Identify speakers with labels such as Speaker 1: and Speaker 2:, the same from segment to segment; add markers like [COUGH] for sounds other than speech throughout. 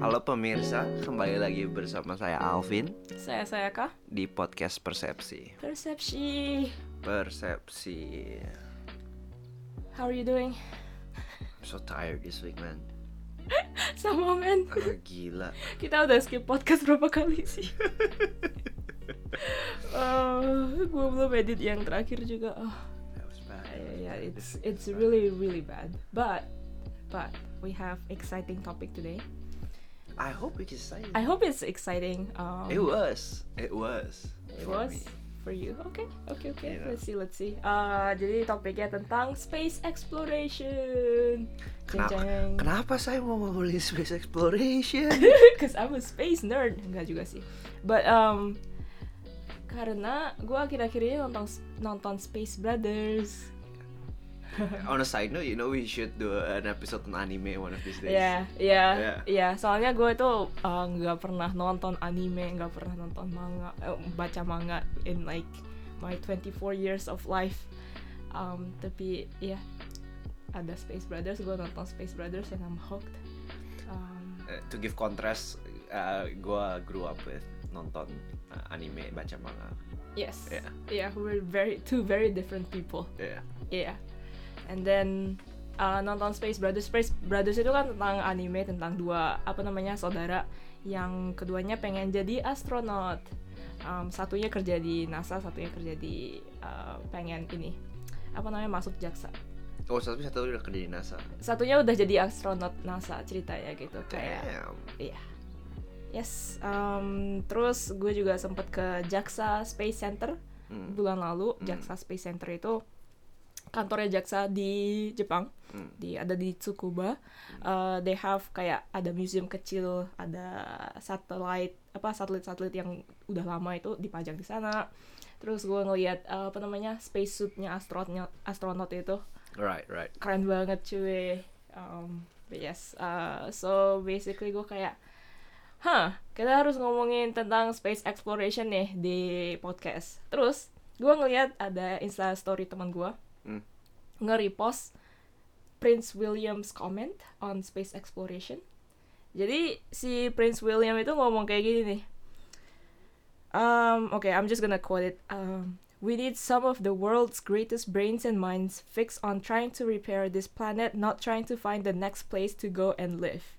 Speaker 1: Halo pemirsa, kembali lagi bersama saya Alvin
Speaker 2: Saya saya kah?
Speaker 1: di podcast Persepsi.
Speaker 2: Persepsi.
Speaker 1: Persepsi.
Speaker 2: How are you [LAUGHS] doing?
Speaker 1: I'm so tired this week, man.
Speaker 2: Sama men.
Speaker 1: Ah, gila.
Speaker 2: Kita udah skip podcast berapa kali sih? Eh, gue belum edit yang terakhir juga. Oh,
Speaker 1: That was bad.
Speaker 2: yeah, it's it's really really bad. But but we have exciting topic today.
Speaker 1: I hope we can say it.
Speaker 2: I hope it's exciting. Um,
Speaker 1: It was. It was.
Speaker 2: It
Speaker 1: for
Speaker 2: was
Speaker 1: me.
Speaker 2: for you. Oke, oke, oke.
Speaker 1: Yeah.
Speaker 2: Let's see, let's see. Ah, jadi topiknya tentang space exploration.
Speaker 1: Kenapa, kenapa saya mau membeli space exploration?
Speaker 2: [LAUGHS] Cause I'm a space nerd. Enggak juga sih. But um, karena gue akhir-akhir ini nonton nonton Space Brothers.
Speaker 1: On a side note, you know we should do an episode on anime one of these days.
Speaker 2: Ya,
Speaker 1: Yeah.
Speaker 2: ya, ya. Soalnya gue itu uh, nggak pernah nonton anime, nggak pernah nonton manga, eh, baca manga in like my 24 years of life. Um, tapi ya ada Space Brothers, gue nonton Space Brothers and I'm hooked. Um,
Speaker 1: Uh, to give contrast, uh, gue grew up with nonton uh, anime, baca manga.
Speaker 2: yes,
Speaker 1: Yeah.
Speaker 2: yeah, we're very two very different people.
Speaker 1: Yeah.
Speaker 2: Iya. And then uh, nonton Space Brothers. Space Brothers itu kan tentang anime tentang dua apa namanya saudara yang keduanya pengen jadi astronot. Um, satunya kerja di NASA, satunya kerja di uh, pengen ini apa namanya masuk jaksa.
Speaker 1: Oh, tapi satu udah kerja di NASA.
Speaker 2: Satunya udah jadi astronot NASA ceritanya gitu kayak
Speaker 1: Damn.
Speaker 2: yes. um, terus gue juga sempet ke jaksa Space Center
Speaker 1: Hmm.
Speaker 2: bulan lalu.
Speaker 1: Hmm.
Speaker 2: Jaksa Space Center itu kantornya jaksa di Jepang.
Speaker 1: Hmm.
Speaker 2: di ada di Tsukuba. Uh, they have kayak ada museum kecil, ada satelit apa satelit-satelit yang udah lama itu dipajang di sana. Terus gue ngeliat uh, apa namanya space suitnya astronotnya astronot itu
Speaker 1: Right, right.
Speaker 2: keren banget cuy. Um, but yes, uh, so basically gue kayak Hah, kita harus ngomongin tentang space exploration nih di podcast. Terus, gue ngeliat ada Insta story teman gue
Speaker 1: Hmm.
Speaker 2: nge-repost Prince William's comment on space exploration. Jadi si Prince William itu ngomong kayak gini nih. Um, okay, I'm just gonna quote it. Um, we need some of the world's greatest brains and minds fixed on trying to repair this planet, not trying to find the next place to go and live.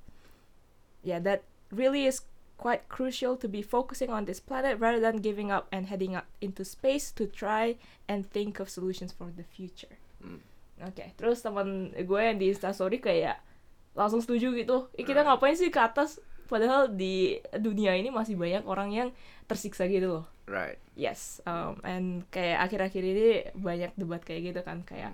Speaker 2: Yeah, that really is quite crucial to be focusing on this planet rather than giving up and heading up into space to try and think of solutions for the future.
Speaker 1: Hmm.
Speaker 2: Oke, terus teman gue yang di instastory kayak langsung setuju gitu. "Ih, kita ngapain sih ke atas? Padahal di dunia ini masih banyak orang yang tersiksa gitu loh.
Speaker 1: Right.
Speaker 2: Yes, um, and kayak akhir-akhir ini banyak debat kayak gitu kan
Speaker 1: Hmm,
Speaker 2: kayak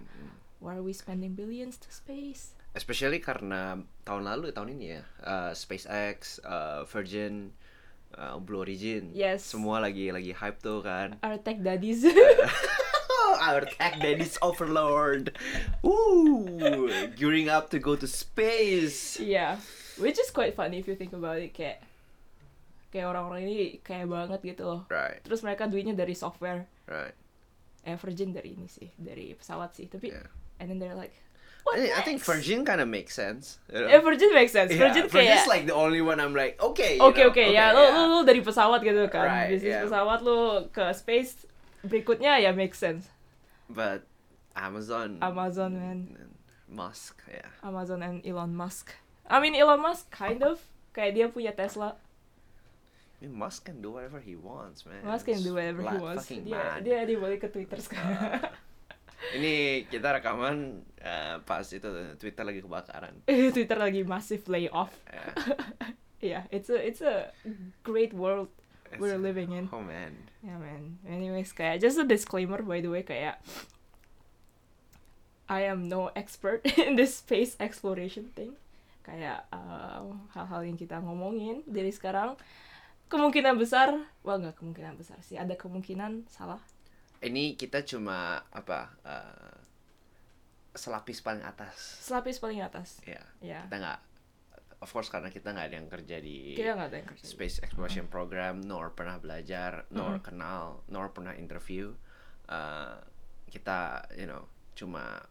Speaker 2: why are we spending billions to space?
Speaker 1: Especially karena tahun lalu tahun ini ya, uh, SpaceX, uh, Virgin, uh, Blue Origin,
Speaker 2: Yes.
Speaker 1: semua lagi lagi hype tuh kan. [LAUGHS]
Speaker 2: Our tech daddies. [LAUGHS]
Speaker 1: Our tech daddy's overlord. Woo, gearing up to go to space.
Speaker 2: yeah, which is quite funny if you think about it kayak kayak orang-orang ini kayak banget gitu loh.
Speaker 1: Right,
Speaker 2: Terus mereka duitnya dari software.
Speaker 1: right.
Speaker 2: Eh, Virgin dari ini sih, dari pesawat sih. Tapi
Speaker 1: Yeah.
Speaker 2: and then they're like what
Speaker 1: I, I think
Speaker 2: next?
Speaker 1: Virgin kind of makes sense. you know?
Speaker 2: [LAUGHS] Eh, Virgin makes sense.
Speaker 1: Yeah,
Speaker 2: Virgin kayak
Speaker 1: Virgin's like the only one I'm like, okay. you
Speaker 2: Oke
Speaker 1: know,
Speaker 2: oke ya lo,
Speaker 1: yeah.
Speaker 2: lo lo dari pesawat gitu kan
Speaker 1: Right,
Speaker 2: bisnis
Speaker 1: yeah.
Speaker 2: pesawat lo ke space berikutnya ya make sense
Speaker 1: But Amazon.
Speaker 2: Amazon, man.
Speaker 1: Musk, yeah.
Speaker 2: Amazon and Elon Musk I mean Elon Musk kind of kayak dia punya Tesla
Speaker 1: I mean, Musk can do whatever he wants, man.
Speaker 2: Musk can do whatever he
Speaker 1: Flat
Speaker 2: wants
Speaker 1: fucking
Speaker 2: dia
Speaker 1: man.
Speaker 2: dia dibalik ke Twitter sekarang [LAUGHS]
Speaker 1: Ini kita rekaman eh, pas itu Twitter lagi kebakaran.
Speaker 2: Twitter lagi massive layoff
Speaker 1: Eh,
Speaker 2: yeah it's a it's a great world
Speaker 1: it's-
Speaker 2: [LAUGHS] we're living in
Speaker 1: Oh man.
Speaker 2: Yeah man. Anyways, kayak just a disclaimer by the way kayak I am no expert [LAUGHS] in this space exploration thing. Kayak uh, hal-hal yang kita ngomongin dari sekarang kemungkinan besar, wah nggak kemungkinan besar sih, ada kemungkinan salah.
Speaker 1: Ini kita cuma apa? eh, selapis paling atas.
Speaker 2: Selapis paling atas.
Speaker 1: Ya.
Speaker 2: Ya.
Speaker 1: Kita nggak. Of course karena kita nggak ada yang kerja di
Speaker 2: Kita nggak ada yang kerja.
Speaker 1: space exploration program, nor pernah belajar, nor kenal, nor pernah interview. Uh, kita, you know, cuma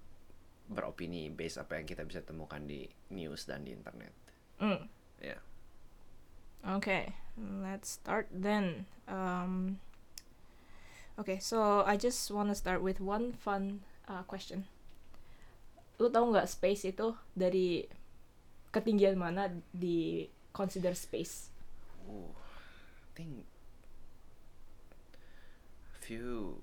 Speaker 1: beropini based apa yang kita bisa temukan di news dan di internet.
Speaker 2: Mm.
Speaker 1: Ya.
Speaker 2: Okay, let's start then. Um, okay, so I just want to start with one fun uh, question. Lu tau nggak space itu dari ketinggian mana di consider space?
Speaker 1: Ooh, I think few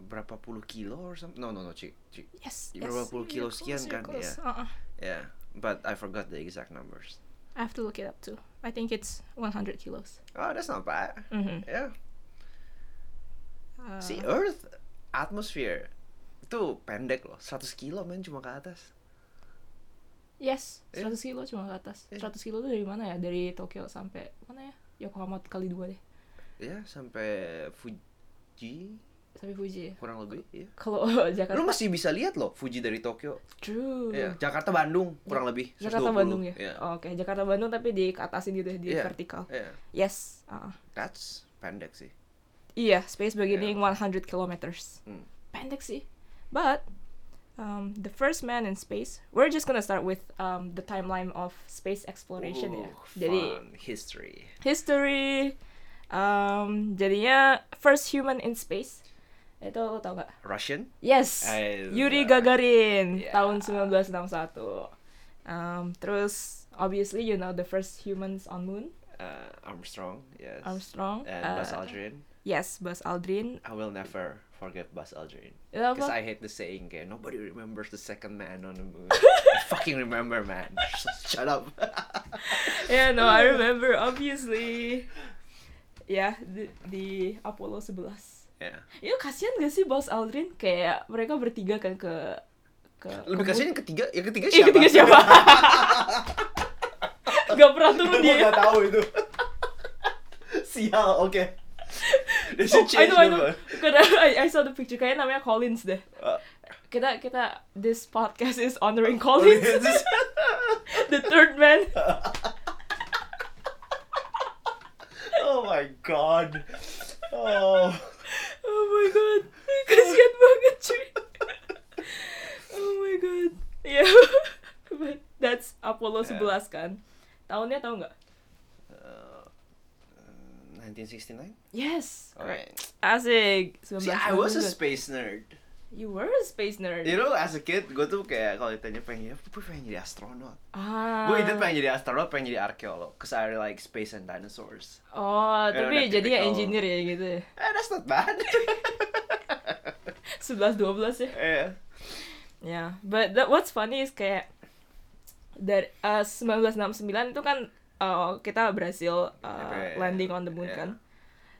Speaker 1: berapa puluh kilo or something? No, no, no, Ci, Ci.
Speaker 2: Yes, Iya,
Speaker 1: Berapa puluh kilo sekian kan, ya.
Speaker 2: Uh-uh.
Speaker 1: Yeah, but I forgot the exact numbers.
Speaker 2: I have to look it up too. I think it's 100 kilos.
Speaker 1: Oh, that's not bad.
Speaker 2: Mhm.
Speaker 1: Yeah.
Speaker 2: Uh,
Speaker 1: See, Earth atmosphere itu pendek loh, 100 kilo men cuma ke atas.
Speaker 2: Yes,
Speaker 1: Iya.
Speaker 2: 100 kilo cuma ke atas.
Speaker 1: Iya.
Speaker 2: 100 kilo tuh dari mana ya? Dari Tokyo sampai mana ya? Yokohama kali dua deh.
Speaker 1: Ya, sampai Fuji
Speaker 2: Sampai Fuji. ya?
Speaker 1: kurang lebih, ya.
Speaker 2: Kalau [LAUGHS] Jakarta.
Speaker 1: Lu masih bisa lihat loh Fuji dari Tokyo.
Speaker 2: True.
Speaker 1: Iya, Jakarta Bandung kurang lebih 120.
Speaker 2: Ya, Jakarta Bandung ya.
Speaker 1: Iya.
Speaker 2: Oh, Oke, Jakarta Bandung tapi di ke atasin gitu ya, di
Speaker 1: Iya.
Speaker 2: vertikal.
Speaker 1: Iya.
Speaker 2: Yes. uh-uh.
Speaker 1: That's pendek sih.
Speaker 2: Iya, space beginning 100 kilometers.
Speaker 1: Hmm.
Speaker 2: Pendek sih. But um, the first man in space. We're just gonna start with um, the timeline of space exploration ya.
Speaker 1: Ooh,
Speaker 2: Jadi
Speaker 1: fun history.
Speaker 2: history. Um, jadinya first human in space. Itu lo tau gak?
Speaker 1: Russian?
Speaker 2: Yes,
Speaker 1: Eh,
Speaker 2: Yuri
Speaker 1: Zara.
Speaker 2: Gagarin
Speaker 1: Yeah.
Speaker 2: tahun 1961. Um, terus obviously you know the first humans on moon,
Speaker 1: Uh, Armstrong, yes.
Speaker 2: Armstrong.
Speaker 1: And
Speaker 2: uh,
Speaker 1: Buzz Aldrin.
Speaker 2: Yes, Buzz Aldrin.
Speaker 1: I will never forget Buzz Aldrin.
Speaker 2: Itu apa?
Speaker 1: Because I hate the saying, eh, nobody remembers the second man on the
Speaker 2: [LAUGHS]
Speaker 1: moon. I fucking remember, man. [LAUGHS] Shut up.
Speaker 2: Yeah, no,
Speaker 1: [LAUGHS]
Speaker 2: I remember obviously. Ya, di, di Apollo 11.
Speaker 1: yeah.
Speaker 2: Itu kasihan gak sih Buzz Aldrin? Kayak mereka bertiga kan ke ke
Speaker 1: Lebih
Speaker 2: ke
Speaker 1: kasihan yang ketiga, yang ketiga
Speaker 2: moon.
Speaker 1: siapa?
Speaker 2: Iya, ketiga siapa? [LAUGHS] gak [LAUGHS] pernah turun
Speaker 1: Gue
Speaker 2: dia.
Speaker 1: gak tahu itu. [LAUGHS] Sial, oke.
Speaker 2: [LAUGHS]
Speaker 1: They
Speaker 2: Oh,
Speaker 1: should
Speaker 2: I
Speaker 1: change
Speaker 2: know, I know.
Speaker 1: number.
Speaker 2: Karena I, I saw the picture kayaknya namanya Collins deh.
Speaker 1: Uh,
Speaker 2: Kita kita this podcast is
Speaker 1: [LAUGHS]
Speaker 2: honoring Collins,
Speaker 1: Collins.
Speaker 2: the [LAUGHS] third man.
Speaker 1: oh my god.
Speaker 2: [LAUGHS]
Speaker 1: Oh.
Speaker 2: Oh my god,
Speaker 1: [LAUGHS]
Speaker 2: kasihan banget cuy. Oh my god, ya. But that's Apollo
Speaker 1: Yeah.
Speaker 2: 11 kan. Tahunnya tahu nggak?
Speaker 1: Uh, 1969?
Speaker 2: Yes.
Speaker 1: Alright.
Speaker 2: Asik.
Speaker 1: See,
Speaker 2: 19
Speaker 1: I was a
Speaker 2: juga.
Speaker 1: space nerd.
Speaker 2: You were a space nerd.
Speaker 1: You know, Ya as a kid, gue tuh kayak kalau ditanya pengen, gue pengen jadi astronot.
Speaker 2: ah.
Speaker 1: Gue either pengen jadi astronot, pengen jadi arkeolog. Cause I really like space and dinosaurs.
Speaker 2: Oh,
Speaker 1: You know,
Speaker 2: tapi
Speaker 1: that
Speaker 2: jadi ya
Speaker 1: typical-
Speaker 2: engineer ya gitu. ya.
Speaker 1: Eh, that's not bad. [LAUGHS]
Speaker 2: 11 12 ya.
Speaker 1: yeah.
Speaker 2: Yeah, Ya, but that, what's funny is kayak dari uh, 1969 itu kan uh, kita berhasil uh,
Speaker 1: Yeah,
Speaker 2: landing on the moon
Speaker 1: yeah.
Speaker 2: kan.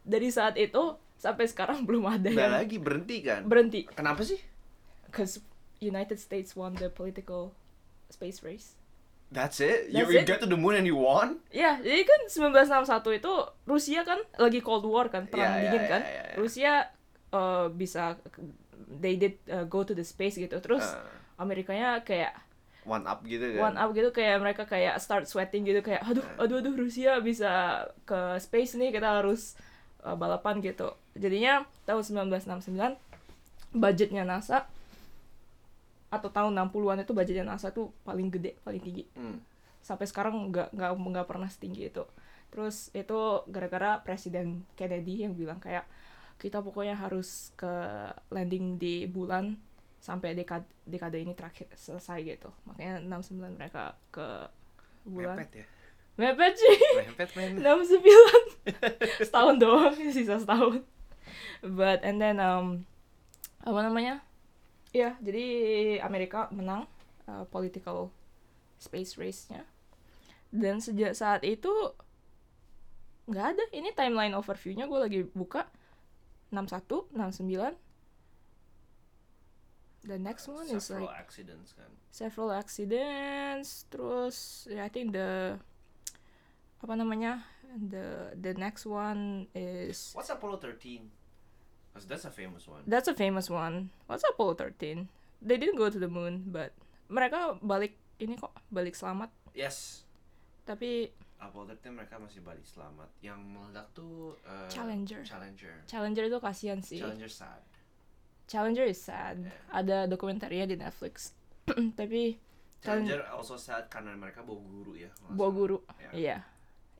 Speaker 2: Dari saat itu sampai sekarang [LAUGHS] belum ada
Speaker 1: Udah
Speaker 2: yang
Speaker 1: lagi berhenti kan?
Speaker 2: berhenti
Speaker 1: Kenapa sih?
Speaker 2: because United States won the political space race.
Speaker 1: That's it? You,
Speaker 2: That's
Speaker 1: you
Speaker 2: it?
Speaker 1: get to the moon and you won?
Speaker 2: Ya, jadi kan 1961 itu Rusia kan lagi Cold War kan, perang
Speaker 1: Yeah, yeah,
Speaker 2: dingin kan.
Speaker 1: yeah, yeah, yeah.
Speaker 2: Rusia uh, bisa they did uh, go to the space gitu. Terus
Speaker 1: Uh,
Speaker 2: Amerikanya kayak
Speaker 1: one up gitu kan?
Speaker 2: one up gitu kayak mereka kayak start sweating gitu kayak aduh aduh aduh Rusia bisa ke space nih kita harus uh, balapan gitu jadinya tahun 1969 budgetnya NASA atau tahun 60-an itu budgetnya NASA tuh paling gede paling tinggi
Speaker 1: Hmm.
Speaker 2: sampai sekarang nggak nggak nggak pernah setinggi itu terus itu gara-gara presiden Kennedy yang bilang kayak kita pokoknya harus ke landing di bulan sampai dekade, dekade ini terakhir selesai gitu makanya 69 mereka ke bulan [LAUGHS]
Speaker 1: Mepet ya?
Speaker 2: mepet sih
Speaker 1: Mepet [LAUGHS] men.
Speaker 2: 69 setahun doang [LAUGHS] sisa setahun but and then um apa namanya ya jadi Amerika menang uh, political space race-nya dan sejak saat itu nggak ada ini timeline overview-nya gue lagi buka 61 69 the next one is Nah, like
Speaker 1: Several accidents kan?
Speaker 2: several accidents terus ya, I think the apa namanya the the next one is
Speaker 1: What's Apollo 13? Cause that's a famous one.
Speaker 2: that's a famous one what's Apollo 13 they didn't go to the moon but mereka balik ini kok balik selamat
Speaker 1: Yes.
Speaker 2: tapi
Speaker 1: Apollo 13 mereka masih balik selamat. Yang meledak tuh... uh,
Speaker 2: Challenger.
Speaker 1: Challenger.
Speaker 2: Challenger itu kasihan sih
Speaker 1: Challenger sad.
Speaker 2: Challenger is sad ada dokumenternya di Netflix [CLEARS THROAT] tapi
Speaker 1: Challenger also sad karena mereka bawa guru ya. kalau nggak
Speaker 2: bawa
Speaker 1: salah.
Speaker 2: guru.
Speaker 1: Ya.
Speaker 2: Iya.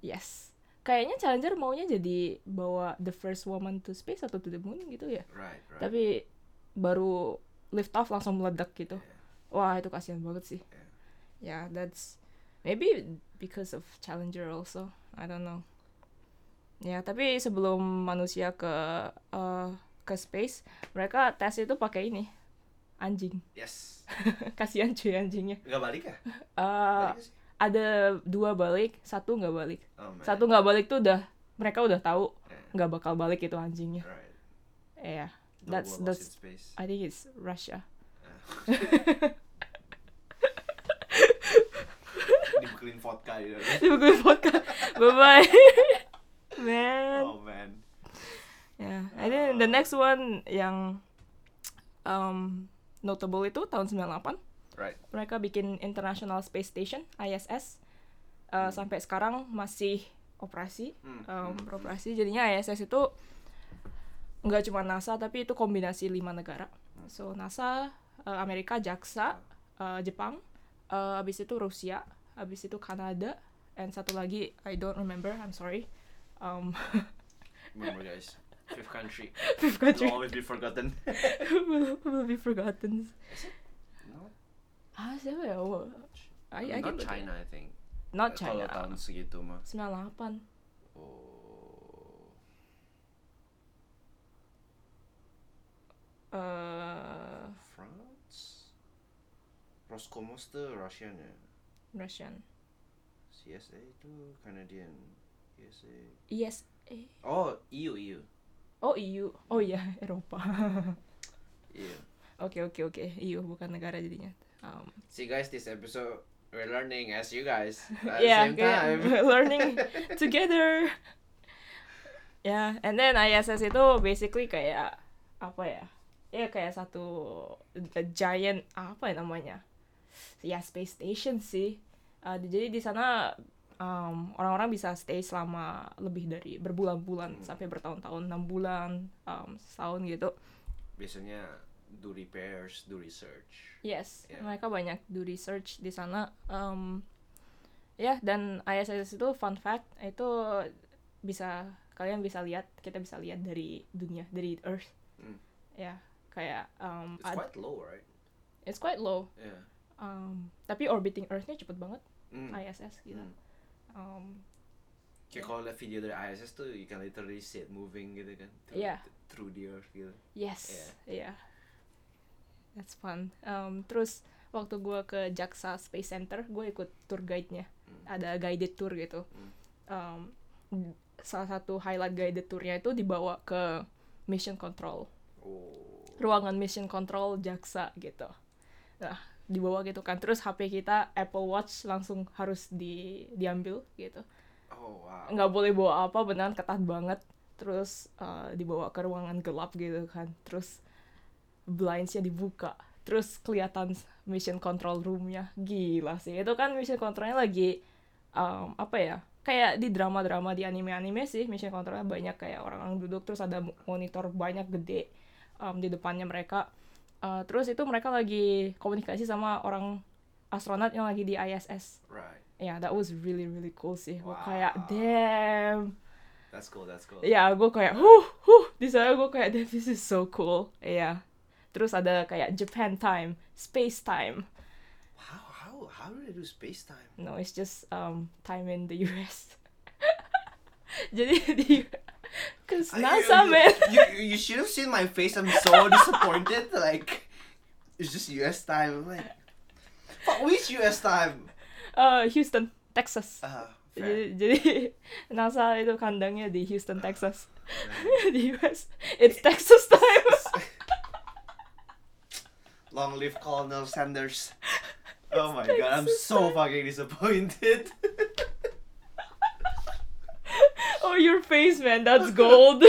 Speaker 2: Yes. Kayaknya Challenger maunya jadi bawa the first woman to space atau to the moon gitu ya.
Speaker 1: Right, right.
Speaker 2: Tapi baru lift off langsung meledak gitu.
Speaker 1: Yeah.
Speaker 2: Wah, itu kasihan banget sih. Yeah, that's maybe because of Challenger also. I don't know. Ya, tapi sebelum manusia ke eh, ke space, mereka tes itu pakai ini anjing. [LAUGHS]
Speaker 1: Yes.
Speaker 2: kasihan cuy anjingnya.
Speaker 1: Nggak balik ya?
Speaker 2: Eh,
Speaker 1: Balik nggak sih?
Speaker 2: ada dua balik, satu nggak balik.
Speaker 1: Oh, man.
Speaker 2: Satu nggak balik tuh udah mereka udah tahu
Speaker 1: Yeah.
Speaker 2: nggak bakal balik itu anjingnya.
Speaker 1: Right.
Speaker 2: Ya,
Speaker 1: Double
Speaker 2: That's-
Speaker 1: lost
Speaker 2: that's-
Speaker 1: in space. [LAUGHS]
Speaker 2: I think it's Russia. [LAUGHS]
Speaker 1: Dibekelin vodka gitu.
Speaker 2: [LAUGHS] Dibukuin vodka. Bye bye. [LAUGHS] Man.
Speaker 1: Oh man.
Speaker 2: Ya, and then the
Speaker 1: Oh.
Speaker 2: next one yang um, notable itu tahun 98
Speaker 1: Right.
Speaker 2: mereka bikin International Space Station ISS Uh,
Speaker 1: Hmm.
Speaker 2: sampai sekarang masih operasi
Speaker 1: Hmm,
Speaker 2: um,
Speaker 1: hmm,
Speaker 2: beroperasi jadinya ISS itu nggak cuma NASA tapi itu kombinasi lima negara so NASA uh, Amerika JAXA uh, Jepang uh, abis itu Rusia abis itu Kanada and satu lagi I don't remember I'm sorry [LAUGHS] um,
Speaker 1: Remember guys. Fifth
Speaker 2: [LAUGHS]
Speaker 1: country.
Speaker 2: fifth
Speaker 1: Will
Speaker 2: country
Speaker 1: always be forgotten.
Speaker 2: will, will be forgotten.
Speaker 1: [LAUGHS] No,
Speaker 2: Ah, siapa ya? Wah, I, I
Speaker 1: not
Speaker 2: get it.
Speaker 1: China I think.
Speaker 2: Not
Speaker 1: Kalau
Speaker 2: China.
Speaker 1: tahun segitu mah.
Speaker 2: 98.
Speaker 1: Oh.
Speaker 2: Uh,
Speaker 1: France? Roscomos tuh Russian ya.
Speaker 2: Russian.
Speaker 1: CSA itu Canadian. USA.
Speaker 2: Yes.
Speaker 1: Oh, EU, EU.
Speaker 2: E Oh, EU. Oh iya, Eropa. [LAUGHS]
Speaker 1: EU.
Speaker 2: Oke, oke, oke. EU bukan negara jadinya. Um,
Speaker 1: See guys, this episode we're learning as you
Speaker 2: [LAUGHS]
Speaker 1: guys at
Speaker 2: yeah,
Speaker 1: the same
Speaker 2: kayak
Speaker 1: time.
Speaker 2: [LAUGHS] learning together. Ya, and then ISS itu basically kayak apa ya? Ya kayak satu a giant apa ya namanya? Ya space station sih. Uh, di- jadi di sana um, orang-orang bisa stay selama lebih dari berbulan-bulan
Speaker 1: Hmm.
Speaker 2: sampai bertahun-tahun, enam bulan, um, setahun gitu.
Speaker 1: Biasanya do repairs, do research.
Speaker 2: Yes,
Speaker 1: Ya.
Speaker 2: mereka banyak do research di sana. Um, ya dan ISS itu fun fact itu bisa kalian bisa lihat kita bisa lihat dari dunia dari Earth.
Speaker 1: Hmm.
Speaker 2: Ya kayak um,
Speaker 1: It's
Speaker 2: ad-
Speaker 1: quite low, right?
Speaker 2: it's quite low.
Speaker 1: Yeah.
Speaker 2: Um, tapi orbiting Earth-nya cepet banget
Speaker 1: Mm.
Speaker 2: ISS gitu.
Speaker 1: Mm.
Speaker 2: Um,
Speaker 1: Kayak kalau lihat video dari ISS tuh, you can literally see it moving gitu kan. Through,
Speaker 2: Yeah.
Speaker 1: th- through the earth gitu.
Speaker 2: yes, ya. That's fun. Um, terus waktu gua ke JAXA Space Center, gue ikut tour guide-nya.
Speaker 1: Mm.
Speaker 2: ada guided tour gitu.
Speaker 1: Hmm.
Speaker 2: Um, d- salah satu highlight guided tournya itu dibawa ke mission control,
Speaker 1: Oh.
Speaker 2: ruangan mission control jaksa gitu. Nah, dibawa gitu kan. Terus HP kita Apple Watch langsung harus di diambil gitu.
Speaker 1: Oh, wow.
Speaker 2: Nggak boleh bawa apa, beneran ketat banget. Terus uh, dibawa ke ruangan gelap gitu kan. Terus blindsnya dibuka. Terus kelihatan mission control roomnya. Gila sih. Itu kan mission controlnya lagi um, apa ya kayak di drama-drama di anime-anime sih mission controlnya banyak kayak orang-orang duduk terus ada mo- monitor banyak gede um, di depannya mereka Uh, terus itu mereka lagi komunikasi sama orang astronot yang lagi di ISS
Speaker 1: Right.
Speaker 2: ya that was really really cool sih Gua
Speaker 1: Wow.
Speaker 2: kayak damn
Speaker 1: That's cool, that's cool.
Speaker 2: ya gue kayak huh huh di sana gue kayak [LAUGHS] damn this is so cool ya terus ada kayak Japan time space time
Speaker 1: How, how, how do they do space time?
Speaker 2: No, it's just um time in the US. [LAUGHS] Jadi di [LAUGHS] Cause
Speaker 1: I-
Speaker 2: NASA
Speaker 1: you,
Speaker 2: man. [LAUGHS]
Speaker 1: You, you, you should have seen my face. I'm so disappointed. Like, it's just US time. I'm like, fuck, which US time?
Speaker 2: Uh, Houston, Texas.
Speaker 1: Uh,
Speaker 2: Jadi,
Speaker 1: fair.
Speaker 2: jadi [LAUGHS] NASA itu kandangnya di Houston, Texas. [LAUGHS] di US. It's Texas time.
Speaker 1: Long live Colonel
Speaker 2: [LAUGHS]
Speaker 1: Sanders. [LAUGHS] Oh my god, I'm so fucking
Speaker 2: [LAUGHS]
Speaker 1: disappointed.
Speaker 2: [LAUGHS] oh your face man, that's gold.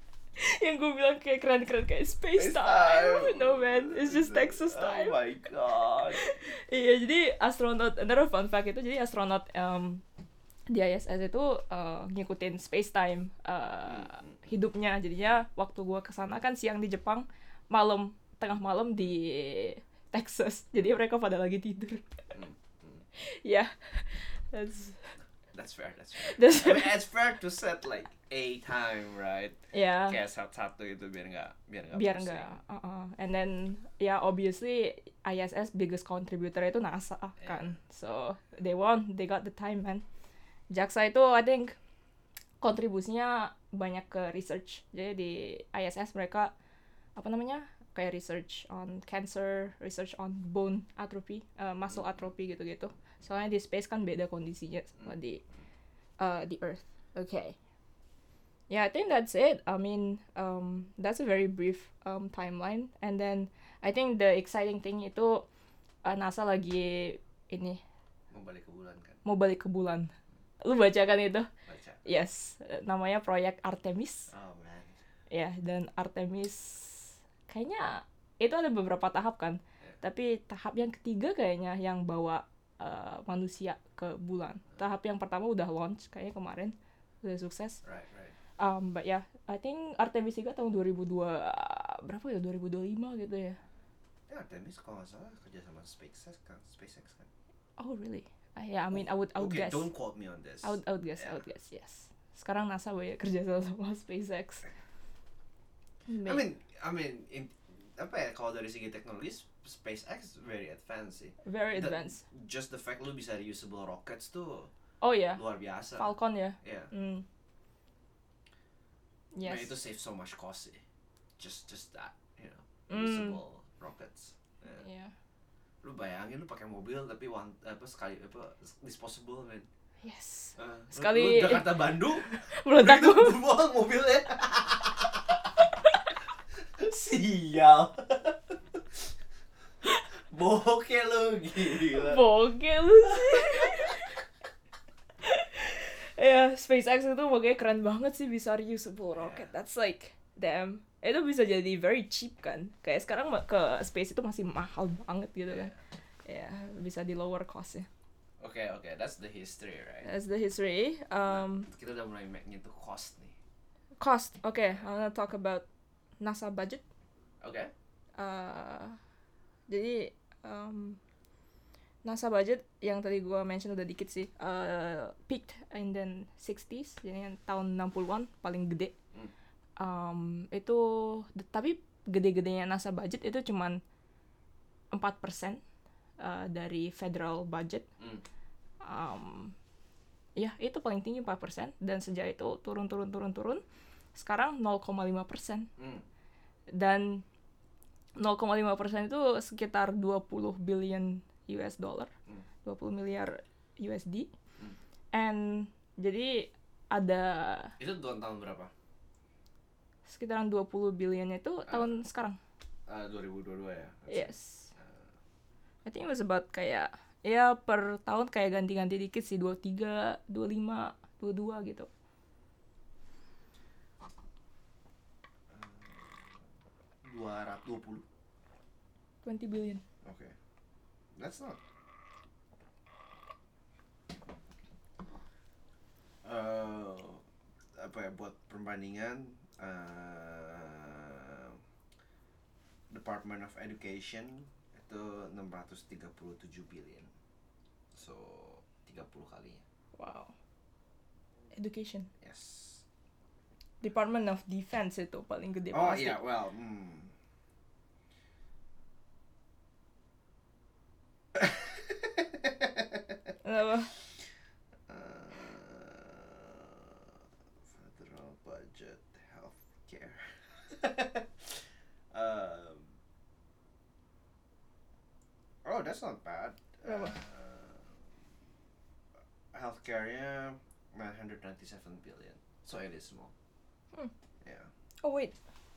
Speaker 2: [LAUGHS] Yang gue bilang kayak keren-keren kayak
Speaker 1: It's
Speaker 2: space time. [LAUGHS] No man, it's just
Speaker 1: Oh
Speaker 2: Texas time.
Speaker 1: my
Speaker 2: [LAUGHS]
Speaker 1: god.
Speaker 2: Iya, jadi astronot, another fun fact itu jadi astronot em, di ISS itu eh, ngikutin space time
Speaker 1: Mm,
Speaker 2: eh, hidupnya. Jadinya waktu gua kesana kan siang di Jepang, malam tengah malam di Texas. Jadi mereka pada lagi tidur.
Speaker 1: Hmm, hmm.
Speaker 2: Yeah, that's
Speaker 1: That's fair, that's fair. [LAUGHS]
Speaker 2: that's
Speaker 1: I mean, it's fair to set like a time, right?
Speaker 2: [LAUGHS] yeah.
Speaker 1: Kayak satu-satu itu biar nggak biar nggak
Speaker 2: Ah. biar
Speaker 1: pusing.
Speaker 2: nggak uh-uh. and then ya obviously ISS biggest contributor itu NASA kan so they won they got the time man JAXA itu I think kontribusinya banyak ke research jadi di ISS mereka apa namanya kayak research on cancer research on bone atrophy uh, muscle atrophy gitu-gitu soalnya di space kan beda kondisinya sama di uh, the Earth okay yeah i think that's it i mean um, that's a very brief um, timeline and then i think the exciting thing itu uh, nasa lagi ini
Speaker 1: Mau balik ke bulan kan?
Speaker 2: mau balik ke bulan lu baca kan itu
Speaker 1: Baca.
Speaker 2: yes eh, namanya proyek artemis
Speaker 1: Oh man.
Speaker 2: ya dan artemis kayaknya itu ada beberapa tahap kan tapi tahap yang ketiga kayaknya yang bawa eh, manusia ke bulan tahap yang pertama udah launch kayaknya kemarin udah sukses
Speaker 1: Right, right.
Speaker 2: Um, but yeah, I think Artemis 3 tahun 2002 berapa ya 2025 gitu ya.
Speaker 1: Ya, Artemis kalau nggak salah kerja sama SpaceX kan? SpaceX kan?
Speaker 2: Oh really? Ah, yeah, I mean I would I would
Speaker 1: okay,
Speaker 2: guess.
Speaker 1: don't quote me on this.
Speaker 2: I would I would guess I would guess yes. Sekarang NASA banyak kerja sama sama SpaceX.
Speaker 1: I mean, I mean, in, apa ya kalau dari segi teknologi S- SpaceX very advanced sih.
Speaker 2: very
Speaker 1: the-
Speaker 2: advanced.
Speaker 1: Just the fact lu bisa reusable rockets tuh
Speaker 2: Oh ya,
Speaker 1: luar biasa.
Speaker 2: Falcon ya.
Speaker 1: Yeah.
Speaker 2: Hmm.
Speaker 1: Nah,
Speaker 2: Yes.
Speaker 1: itu save so much cost sih. Just just that, you know,
Speaker 2: Mm.
Speaker 1: reusable rockets. Yeah.
Speaker 2: Yeah.
Speaker 1: Lu bayangin lu pakai mobil tapi one, apa sekali apa disposable man.
Speaker 2: Yes.
Speaker 1: Eh, lu-
Speaker 2: Sekali-
Speaker 1: lu Jakarta Bandung
Speaker 2: Meledak
Speaker 1: Udah gitu, buang mobilnya. [LAUGHS] Sial. Boke lu gila.
Speaker 2: Bokeh lu sih. [LAUGHS] ya, SpaceX itu pokoknya keren banget sih bisa reusable rocket. That's like damn. Itu bisa jadi very cheap kan. Kayak sekarang ma- ke space itu masih mahal banget gitu kan. Ya, bisa di lower cost ya.
Speaker 1: Oke oke, that's the history right.
Speaker 2: That's the history. Um,
Speaker 1: Kita udah mulai ma- nyentuh cost nih.
Speaker 2: cost. Okay, I'm gonna talk about NASA budget.
Speaker 1: Oke.
Speaker 2: Uh, jadi um, NASA budget yang tadi gua mention udah dikit sih uh, peaked in the 60s jadi yang tahun 60-an paling gede
Speaker 1: Hmm.
Speaker 2: um, itu d- tapi gede-gedenya NASA budget itu cuman 4% uh, dari federal budget
Speaker 1: Hmm.
Speaker 2: um, ya itu paling tinggi 4% dan sejak itu turun-turun-turun-turun sekarang 0,5%
Speaker 1: Hmm.
Speaker 2: dan 0,5% itu sekitar 20 billion US dollar,
Speaker 1: Hmm.
Speaker 2: 20 miliar USD.
Speaker 1: Hmm.
Speaker 2: And jadi ada
Speaker 1: Itu tahun tahun berapa?
Speaker 2: sekitaran 20 billion itu
Speaker 1: Ah.
Speaker 2: tahun sekarang.
Speaker 1: Eh, 2022 ya.
Speaker 2: Yes.
Speaker 1: Ah.
Speaker 2: I think it was about kayak ya per tahun kayak ganti-ganti dikit sih 23, 25, 22 gitu.
Speaker 1: Dua ratus dua puluh.
Speaker 2: 20 billion.
Speaker 1: Oke. That's not. Eh, apa ya buat perbandingan eh, Department of Education itu 637 billion. So 30 kalinya.
Speaker 2: Wow. Education.
Speaker 1: Yes.
Speaker 2: Department of Defense itu paling gede
Speaker 1: Oh
Speaker 2: Ya, pasti.
Speaker 1: iya, well. Hmm. hmm. [LAUGHS]
Speaker 2: Kenapa?
Speaker 1: Uh, federal budget healthcare. um, oh, that's not bad.
Speaker 2: Berapa?
Speaker 1: Uh, healthcare-nya 997 billion. So it is small.
Speaker 2: Hmm.
Speaker 1: Yeah.
Speaker 2: Oh wait,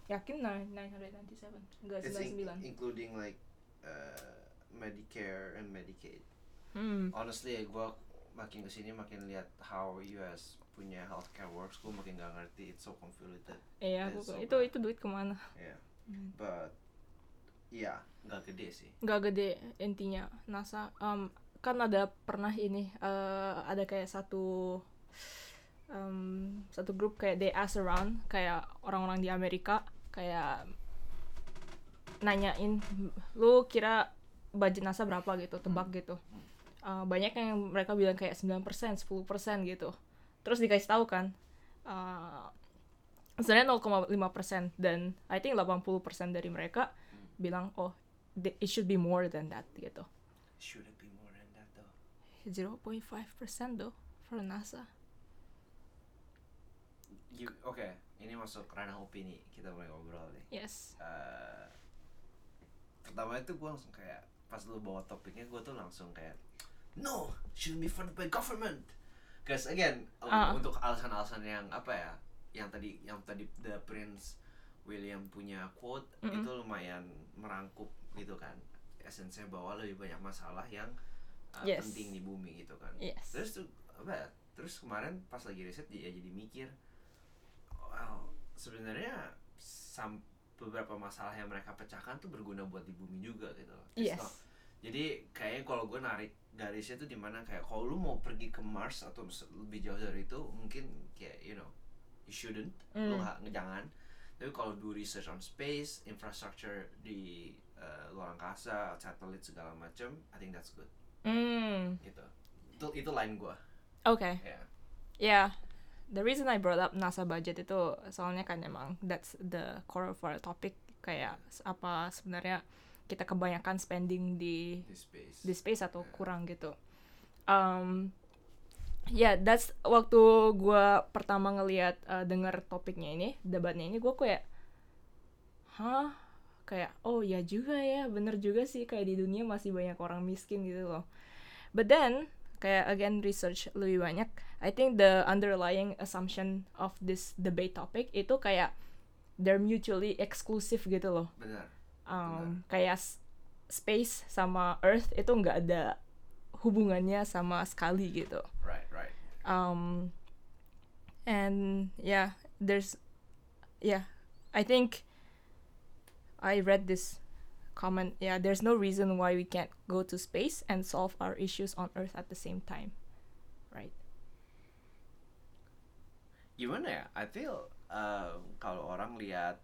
Speaker 2: yakin nah 997 enggak
Speaker 1: It's in-
Speaker 2: 99.
Speaker 1: including like uh, Medicare and Medicaid.
Speaker 2: Hmm.
Speaker 1: honestly gue makin kesini makin lihat how US punya healthcare works gue makin gak ngerti it's so convoluted
Speaker 2: Iya, aku
Speaker 1: It's so
Speaker 2: itu
Speaker 1: bad.
Speaker 2: itu duit kemana?
Speaker 1: yeah but yeah nggak gede sih
Speaker 2: Nggak gede intinya. NASA um, kan ada pernah ini eh, ada kayak satu um, satu grup kayak they ask around kayak orang-orang di Amerika kayak nanyain lu kira budget NASA berapa gitu, tebak gitu. Uh, banyak yang mereka bilang kayak 9%, 10% gitu. Terus dikasih tahu kan uh, sebenarnya 0,5% dan I think 80% dari mereka bilang oh th- it should be more than that gitu.
Speaker 1: Should it be more than that though?
Speaker 2: 0.5% though for NASA.
Speaker 1: You, Oke, ini masuk ranah opini kita mulai ngobrol nih.
Speaker 2: Yes.
Speaker 1: Eh, pertama itu gue langsung kayak pas lu bawa topiknya gue tuh langsung kayak no shouldn't be funded by government because again um,
Speaker 2: Ah.
Speaker 1: untuk alasan-alasan yang apa ya yang tadi yang tadi the prince William punya quote
Speaker 2: Mm-mm.
Speaker 1: itu lumayan merangkup gitu kan esensinya bahwa lebih banyak masalah yang uh,
Speaker 2: Yes.
Speaker 1: penting di bumi gitu kan
Speaker 2: Yes.
Speaker 1: terus tuh apa ya, terus kemarin pas lagi riset dia jadi mikir well sebenarnya sam beberapa masalah yang mereka pecahkan tuh berguna buat di bumi juga gitu loh. It's
Speaker 2: Yes.
Speaker 1: not- jadi kayaknya kalau gue narik garisnya tuh dimana kayak kalau lu mau pergi ke Mars atau se- lebih jauh dari itu mungkin kayak you know you shouldn't lu
Speaker 2: Mm.
Speaker 1: ha- jangan tapi kalau do research on space infrastructure di eh, luar angkasa satelit segala macam I think that's good
Speaker 2: Mm.
Speaker 1: gitu itu itu line gue
Speaker 2: Okay.
Speaker 1: ya
Speaker 2: Yeah. The reason I brought up NASA budget itu soalnya kan emang that's the core of our topic kayak s- apa sebenarnya kita kebanyakan spending di
Speaker 1: di space
Speaker 2: di space atau kurang gitu. Um, ya, that's waktu gua pertama ngelihat uh, dengar topiknya ini, debatnya ini gua kayak hah, kayak oh ya juga ya, bener juga sih kayak di dunia masih banyak orang miskin gitu loh. But then kayak again research lebih banyak, I think the underlying assumption of this debate topic itu kayak they're mutually exclusive gitu loh
Speaker 1: benar
Speaker 2: um, kayak s- space sama earth itu nggak ada hubungannya sama sekali gitu
Speaker 1: right right
Speaker 2: um, and yeah there's yeah i think i read this comment yeah there's no reason why we can't go to space and solve our issues on earth at the same time right
Speaker 1: gimana ya I feel uh, kalau orang lihat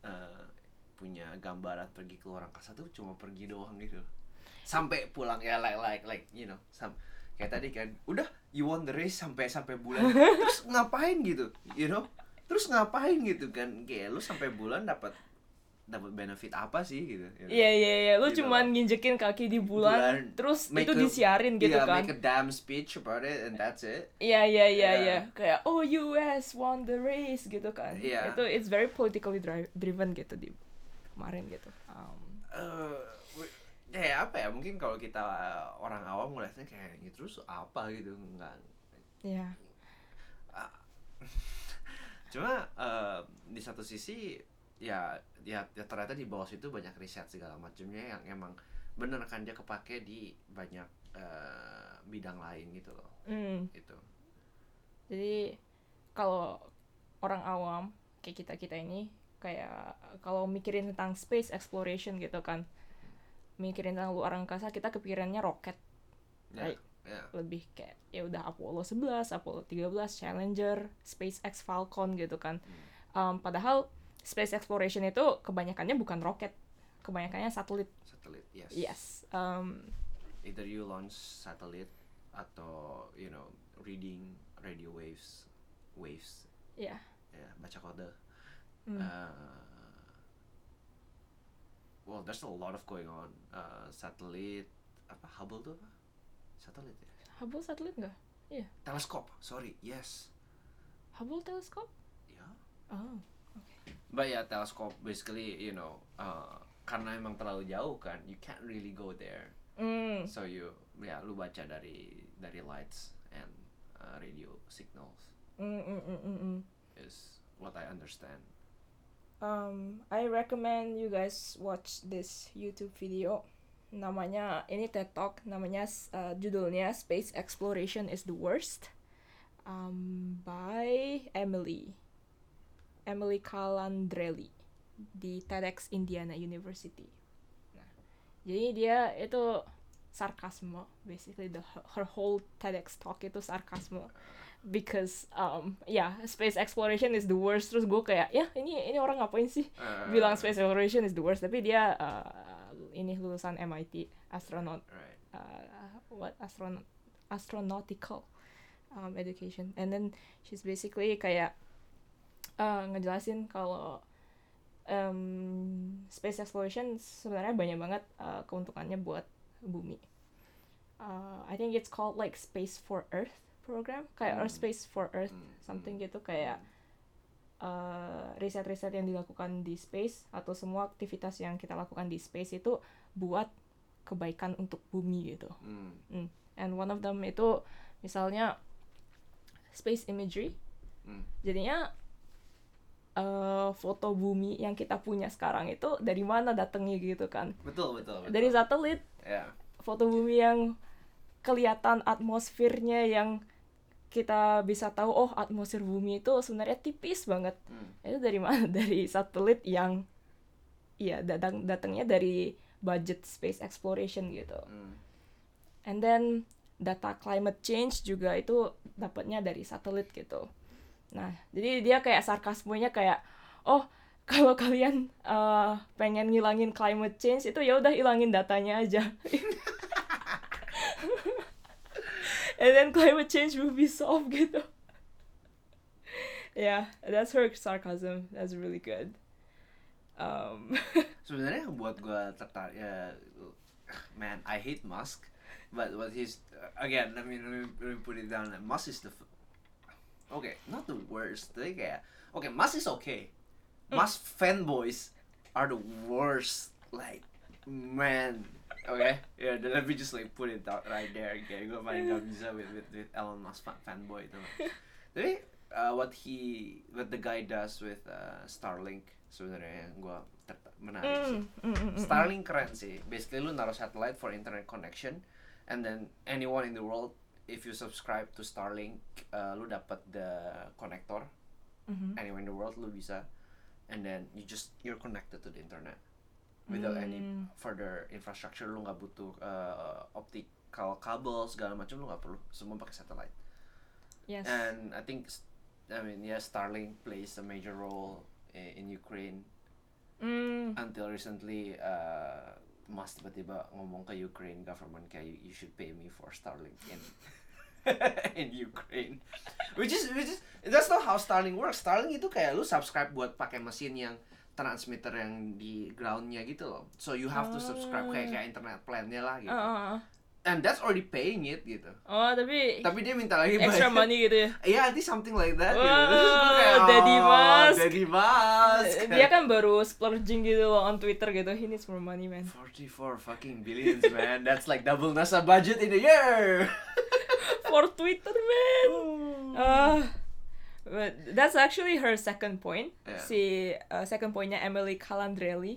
Speaker 1: uh, punya gambaran pergi ke luar angkasa tuh cuma pergi doang gitu sampai pulang ya like like like you know sam kayak tadi kan udah you won the race sampai sampai
Speaker 2: [LAUGHS]
Speaker 1: bulan terus ngapain gitu you know terus ngapain gitu kan kayak lu sampai bulan dapat dapat benefit apa sih gitu you know?
Speaker 2: iya iya iya lu
Speaker 1: Gitu
Speaker 2: cuman nginjekin kaki di bulan,
Speaker 1: Bulan,
Speaker 2: terus
Speaker 1: make
Speaker 2: itu
Speaker 1: a-
Speaker 2: disiarin gitu
Speaker 1: yeah,
Speaker 2: kan
Speaker 1: make a damn speech about it and that's it
Speaker 2: Iya iya iya
Speaker 1: Yeah.
Speaker 2: iya kayak oh US won the race gitu kan.
Speaker 1: Yeah.
Speaker 2: Itu it's very politically dri- driven gitu di kemarin gitu. Um,
Speaker 1: eh we- kayak apa ya mungkin kalau kita uh, orang awam ngeliatnya kayak gitu terus apa gitu nggak
Speaker 2: ya.
Speaker 1: cuma eh, di satu sisi ya ya, ya ternyata di bawah situ banyak riset segala macamnya yang emang bener kan dia kepake di banyak eh, bidang lain gitu loh
Speaker 2: Mm,
Speaker 1: itu
Speaker 2: Jadi kalau orang awam kayak kita kita ini kayak kalau mikirin tentang space exploration gitu kan, mikirin tentang luar angkasa kita kepikirannya roket
Speaker 1: ya
Speaker 2: Right.
Speaker 1: ya
Speaker 2: lebih kayak ya udah Apollo 11, Apollo 13, Challenger, SpaceX Falcon gitu kan. Um, padahal space exploration itu kebanyakannya bukan roket, kebanyakannya satelit.
Speaker 1: satelit yes.
Speaker 2: Yes. Um,
Speaker 1: either you launch satelit atau you know reading radio waves waves
Speaker 2: ya.
Speaker 1: ya baca kode
Speaker 2: Hmm.
Speaker 1: Uh, well, there's a lot of going on. Uh, satelit apa Hubble tuh apa? Satelit ya.
Speaker 2: Hubble satelit nggak? Iya.
Speaker 1: Teleskop, sorry, yes.
Speaker 2: Hubble teleskop?
Speaker 1: Yeah.
Speaker 2: Oh.
Speaker 1: But yeah, teleskop basically you know uh, karena emang terlalu jauh kan, you can't really go there.
Speaker 2: Hmm.
Speaker 1: So you ya lu baca dari dari lights and uh, radio signals
Speaker 2: Mm, mm, mm, mm, mm.
Speaker 1: is what I understand.
Speaker 2: Um, I recommend you guys watch this YouTube video. Namanya ini TED Talk, namanya s- uh, judulnya Space Exploration is the Worst. Um, by Emily. Emily Calandrelli di TEDx Indiana University. Nah, jadi dia itu sarkasme, basically the her whole TEDx talk itu sarkasme because um yeah space exploration is the worst terus gue kayak ya ini ini orang ngapain sih
Speaker 1: Uh,
Speaker 2: bilang space exploration is the worst tapi dia uh, ini lulusan MIT astronaut
Speaker 1: right
Speaker 2: uh, what astron astronautical um, education and then she's basically kayak uh, ngejelasin kalau um, space exploration sebenarnya banyak banget uh, keuntungannya buat bumi Uh, I think it's called like space for Earth program kayak or
Speaker 1: Hmm.
Speaker 2: space for Earth
Speaker 1: Hmm,
Speaker 2: something
Speaker 1: hmm,
Speaker 2: gitu kayak
Speaker 1: hmm.
Speaker 2: uh, riset-riset yang dilakukan di space atau semua aktivitas yang kita lakukan di space itu buat kebaikan untuk bumi gitu
Speaker 1: Hmm,
Speaker 2: and one of them itu misalnya space imagery
Speaker 1: hmm.
Speaker 2: jadinya eh, foto bumi yang kita punya sekarang itu dari mana datangnya gitu kan
Speaker 1: betul betul betul
Speaker 2: dari satelit
Speaker 1: ya
Speaker 2: foto bumi yang kelihatan atmosfernya yang kita bisa tahu oh atmosfer bumi itu sebenarnya tipis banget
Speaker 1: Hmm.
Speaker 2: itu dari mana [LAUGHS] dari satelit yang ya datang datangnya dari budget space exploration gitu
Speaker 1: Hmm.
Speaker 2: And then data climate change juga itu dapatnya dari satelit gitu. Nah, jadi dia kayak sarkasmenya kayak oh [LAUGHS] kalau kalian eh, pengen ngilangin climate change itu ya udah ilangin datanya aja. [LAUGHS] And then climate change will be solved gitu. [LAUGHS] yeah, that's her sarcasm. That's really good. Um,
Speaker 1: [LAUGHS]
Speaker 2: [LAUGHS]
Speaker 1: sebenarnya yang buat gue tertarik ya, man I hate Musk but what he's again let me, let me, let me put it down that Musk is the f- okay not the worst they kayak okay Musk is okay Musk fanboys are the worst like man okay yeah then let me just like put it out right there okay gue paling gak bisa with, with, with Elon Musk fan- fanboy itu tapi uh, what he what the guy does with uh, Starlink sebenarnya yang gue menarik sih.
Speaker 2: mm, mm, mm, mm.
Speaker 1: Starlink keren sih. Basically lu naruh satellite for internet connection and then anyone in the world if you subscribe to Starlink uh, lu dapat the connector
Speaker 2: Mhm.
Speaker 1: anywhere in the world lu bisa and then you just you're connected to the internet without any
Speaker 2: Hmm.
Speaker 1: further infrastructure lu nggak butuh uh, optical kabel segala macam lu nggak perlu semua pakai satellite
Speaker 2: Yes.
Speaker 1: and I think s- I mean yeah Starlink plays a major role i- in Ukraine
Speaker 2: Mm-hmm. Mm.
Speaker 1: until recently uh, Mas tiba-tiba ngomong ke Ukraine government kayak you, you should pay me for Starlink in [LAUGHS] in Ukraine which is which is that's not how Starlink works Starlink itu kayak lu subscribe buat pakai mesin yang transmitter yang di groundnya gitu loh so you have to subscribe kayak
Speaker 2: Oh.
Speaker 1: kayak internet plan-nya lah gitu
Speaker 2: Ah, ah, ah.
Speaker 1: and that's already paying it gitu
Speaker 2: Oh, tapi
Speaker 1: tapi dia minta lagi [LAUGHS]
Speaker 2: extra
Speaker 1: bayar.
Speaker 2: money gitu [LAUGHS] ya.
Speaker 1: Iya, I think something like that. gitu.
Speaker 2: Wow,
Speaker 1: Terus gue kayak, [LAUGHS] oh,
Speaker 2: Daddy Musk.
Speaker 1: Daddy Musk.
Speaker 2: Dia kan baru splurging gitu loh on Twitter gitu. He needs more money, man. [LAUGHS]
Speaker 1: 44 fucking billions, man. That's like double NASA budget in a
Speaker 2: [LAUGHS]
Speaker 1: year.
Speaker 2: For Twitter, man. Ah. but that's actually her second point.
Speaker 1: Yeah.
Speaker 2: Si uh, second pointnya Emily Calandrelli.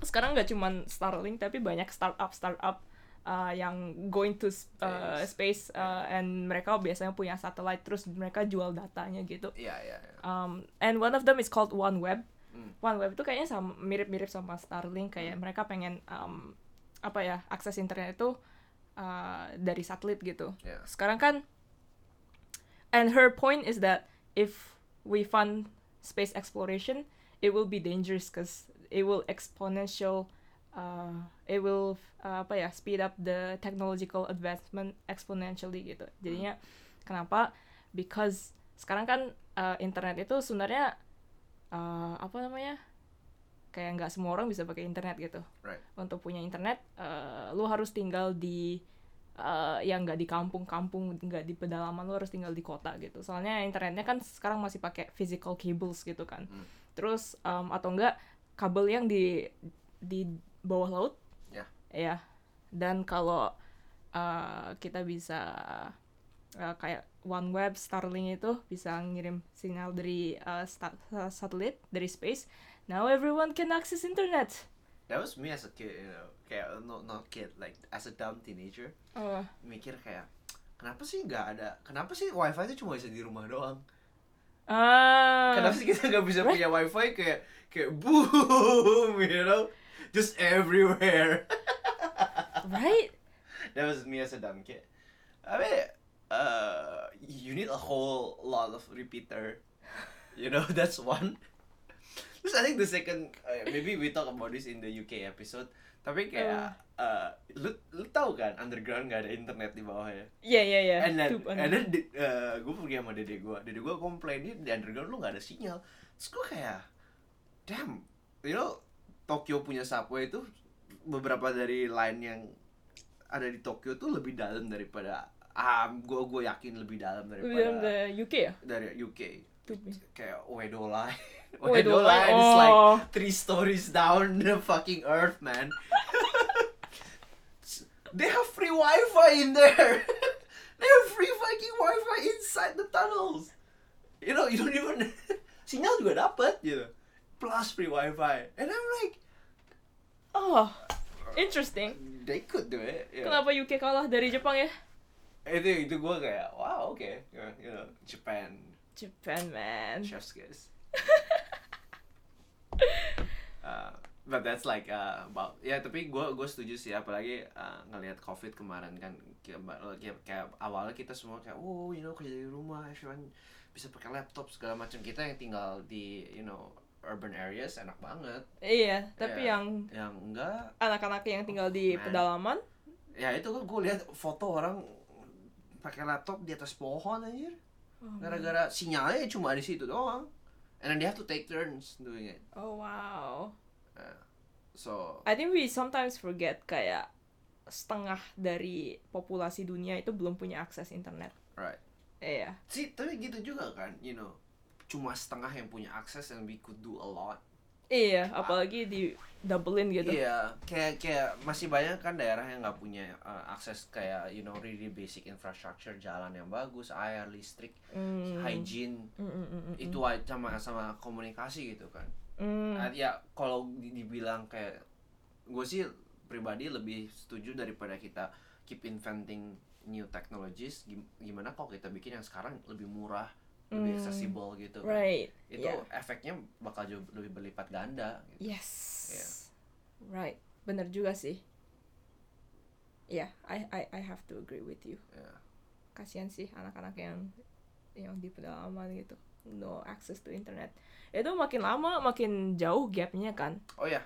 Speaker 2: Sekarang nggak cuman Starlink tapi banyak startup startup uh, yang going to s- uh, space uh, and mereka biasanya punya satellite terus mereka jual datanya gitu.
Speaker 1: Iya, iya, iya.
Speaker 2: Um, and one of them is called OneWeb.
Speaker 1: Hmm.
Speaker 2: OneWeb itu kayaknya sama mirip-mirip sama Starlink kayak mereka pengen um, apa ya akses internet itu uh, dari satelit gitu.
Speaker 1: Yeah.
Speaker 2: Sekarang kan and her point is that if we fund space exploration, it will be dangerous because it will exponential uh, it will uh, apa ya speed up the technological advancement exponentially gitu. Jadinya kenapa? Because sekarang kan uh, internet itu sebenarnya uh, apa namanya? Kayak nggak semua orang bisa pakai internet gitu.
Speaker 1: Right.
Speaker 2: Untuk punya internet, uh, lu harus tinggal di uh, yang nggak di kampung-kampung, nggak di pedalaman, lu harus tinggal di kota gitu. Soalnya internetnya kan sekarang masih pakai physical cables gitu kan.
Speaker 1: Hmm.
Speaker 2: Terus um, atau enggak kabel yang di di bawah laut?
Speaker 1: Ya.
Speaker 2: Ya. Dan kalau uh, kita bisa uh, kayak OneWeb, Starlink itu bisa ngirim sinyal dari uh, sta- sa- satelit dari space. Now everyone can access internet.
Speaker 1: That was me as a kid, you know. Kayak, uh, not, not kid, like as a dumb teenager.
Speaker 2: Oh,
Speaker 1: Mikir kayak, kenapa sih nggak ada, kenapa sih wifi itu cuma bisa di rumah doang?
Speaker 2: ah,
Speaker 1: Kenapa sih kita nggak bisa punya wifi kayak, kayak boom, [LAUGHS] you know? Just everywhere. [LAUGHS]
Speaker 2: right?
Speaker 1: That was me as a dumb kid. I mean, uh, [LAUGHS] you need a whole lot of repeater. You know, that's one. Terus I think the second uh, maybe we talk about this in the UK episode. Tapi kayak uh, lu lu tahu kan underground gak ada internet di ya? bawahnya.
Speaker 2: Iya iya iya.
Speaker 1: And then,
Speaker 2: Tube on-
Speaker 1: and then di- uh, gue pergi sama dede gue. Dede gue komplain "Ini di underground lu gak ada sinyal. Terus gue kayak, damn, you know Tokyo punya subway itu beberapa dari line yang ada di Tokyo tuh lebih dalam daripada ah gue gue yakin lebih dalam
Speaker 2: Di dalam
Speaker 1: daripada
Speaker 2: the UK ya?
Speaker 1: dari UK
Speaker 2: Tube.
Speaker 1: kayak Uedo [LAUGHS] line
Speaker 2: Uedo
Speaker 1: Uedo line
Speaker 2: line,
Speaker 1: is like
Speaker 2: oh.
Speaker 1: three stories down the fucking earth man [LAUGHS] they have free Wi-Fi in there [LAUGHS] they have free fucking Wi-Fi inside the tunnels you know you don't even [LAUGHS] sinyal juga dapet gitu plus free Wi-Fi and I'm like
Speaker 2: Oh, interesting.
Speaker 1: they could do it you know.
Speaker 2: Kenapa UK kalah dari Jepang ya?
Speaker 1: itu itu gue kayak wow oke okay. you know, you know Japan
Speaker 2: Japan man.
Speaker 1: chef's kiss Uh, but that's like uh, about ya tapi gue gue setuju sih apalagi uh, ngelihat covid kemarin kan kayak, kayak, kayak awalnya kita semua kayak oh you know kerja dari rumah everyone bisa pakai laptop segala macam kita yang tinggal di you know urban areas enak banget
Speaker 2: [LAUGHS] Iya, tapi
Speaker 1: Ya,
Speaker 2: yang
Speaker 1: yang enggak
Speaker 2: anak-anak yang tinggal di
Speaker 1: Man.
Speaker 2: pedalaman,
Speaker 1: ya itu kan gue lihat foto orang pakai laptop di atas pohon anjir
Speaker 2: Oh,
Speaker 1: gara-gara sinyalnya cuma di situ doang and then they have to take turns doing it
Speaker 2: oh wow.
Speaker 1: so
Speaker 2: I think we sometimes forget kayak setengah dari populasi dunia itu belum punya akses internet.
Speaker 1: Right.
Speaker 2: Iya.
Speaker 1: sih tapi gitu juga kan you know cuma setengah yang punya akses and we could do a lot
Speaker 2: Iya, apalagi di Dublin
Speaker 1: iya
Speaker 2: gitu.
Speaker 1: kayak kayak masih banyak kan daerah yang nggak punya uh, akses kayak you know really basic infrastructure jalan yang bagus air listrik
Speaker 2: Mm.
Speaker 1: hygiene
Speaker 2: Mm, mm, mm, mm,
Speaker 1: itu aja sama sama komunikasi gitu kan
Speaker 2: mm.
Speaker 1: Ah, ya kalau di- dibilang kayak gue sih pribadi lebih setuju daripada kita keep inventing new technologies gim- gimana kalau kita bikin yang sekarang lebih murah lebih
Speaker 2: Hmm,
Speaker 1: accessible gitu kan.
Speaker 2: Right.
Speaker 1: itu
Speaker 2: yeah.
Speaker 1: efeknya bakal jauh lebih berlipat ganda gitu.
Speaker 2: Yes. Right. Bener juga sih. Yeah, I I I have to agree with you.
Speaker 1: Yeah.
Speaker 2: Kasihan sih anak-anak yang yang di pedalaman gitu. No access to internet. Itu makin lama makin jauh gapnya kan
Speaker 1: oh ya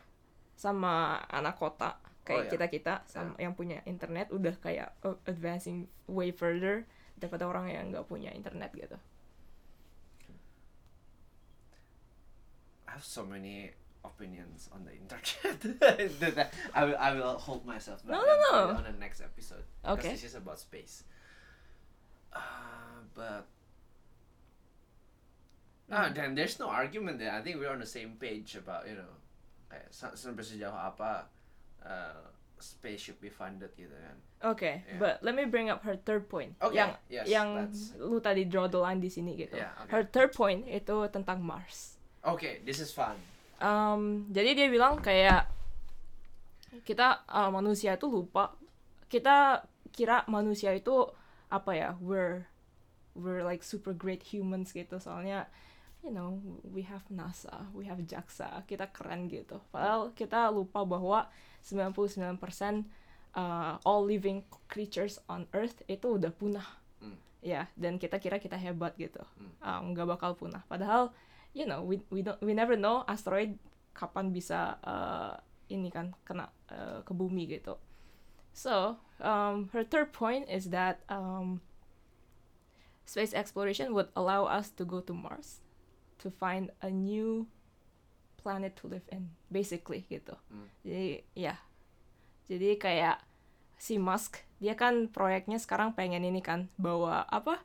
Speaker 2: sama anak kota
Speaker 1: Oh,
Speaker 2: kayak
Speaker 1: iya.
Speaker 2: kita-kita sama yang punya internet udah kayak uh, advancing way further daripada orang yang nggak punya internet gitu.
Speaker 1: I have so many opinions on the internet [LAUGHS] That I will I will hold myself back
Speaker 2: No, no,
Speaker 1: and put
Speaker 2: no.
Speaker 1: it on the next episode because
Speaker 2: Okay.
Speaker 1: this is about space uh, but ah then there's no argument there I think we're on the same page about you know kayak sa- sampai sejauh apa uh, space should be funded gitu kan
Speaker 2: Oke,
Speaker 1: Yeah.
Speaker 2: but let me bring up her third point
Speaker 1: Okay,
Speaker 2: yang
Speaker 1: yes,
Speaker 2: yang
Speaker 1: let's-
Speaker 2: lu tadi draw the line di sini gitu.
Speaker 1: Yeah, okay.
Speaker 2: Her third point itu tentang Mars.
Speaker 1: okay this is fun
Speaker 2: Um, jadi dia bilang kayak kita uh, manusia itu lupa kita kira manusia itu apa ya we're we're like super great humans gitu soalnya you know we have NASA we have JAXA kita keren gitu padahal kita lupa bahwa 99% uh, all living creatures on earth itu udah punah
Speaker 1: Hmm.
Speaker 2: ya dan kita kira kita hebat gitu
Speaker 1: Hmm.
Speaker 2: Um, nggak bakal punah padahal you know we we don't we never know asteroid kapan bisa uh, ini kan kena uh, ke bumi gitu so um, her third point is that um, space exploration would allow us to go to Mars to find a new planet to live in basically gitu
Speaker 1: Hmm.
Speaker 2: jadi ya jadi kayak si Musk dia kan proyeknya sekarang pengen ini kan bawa apa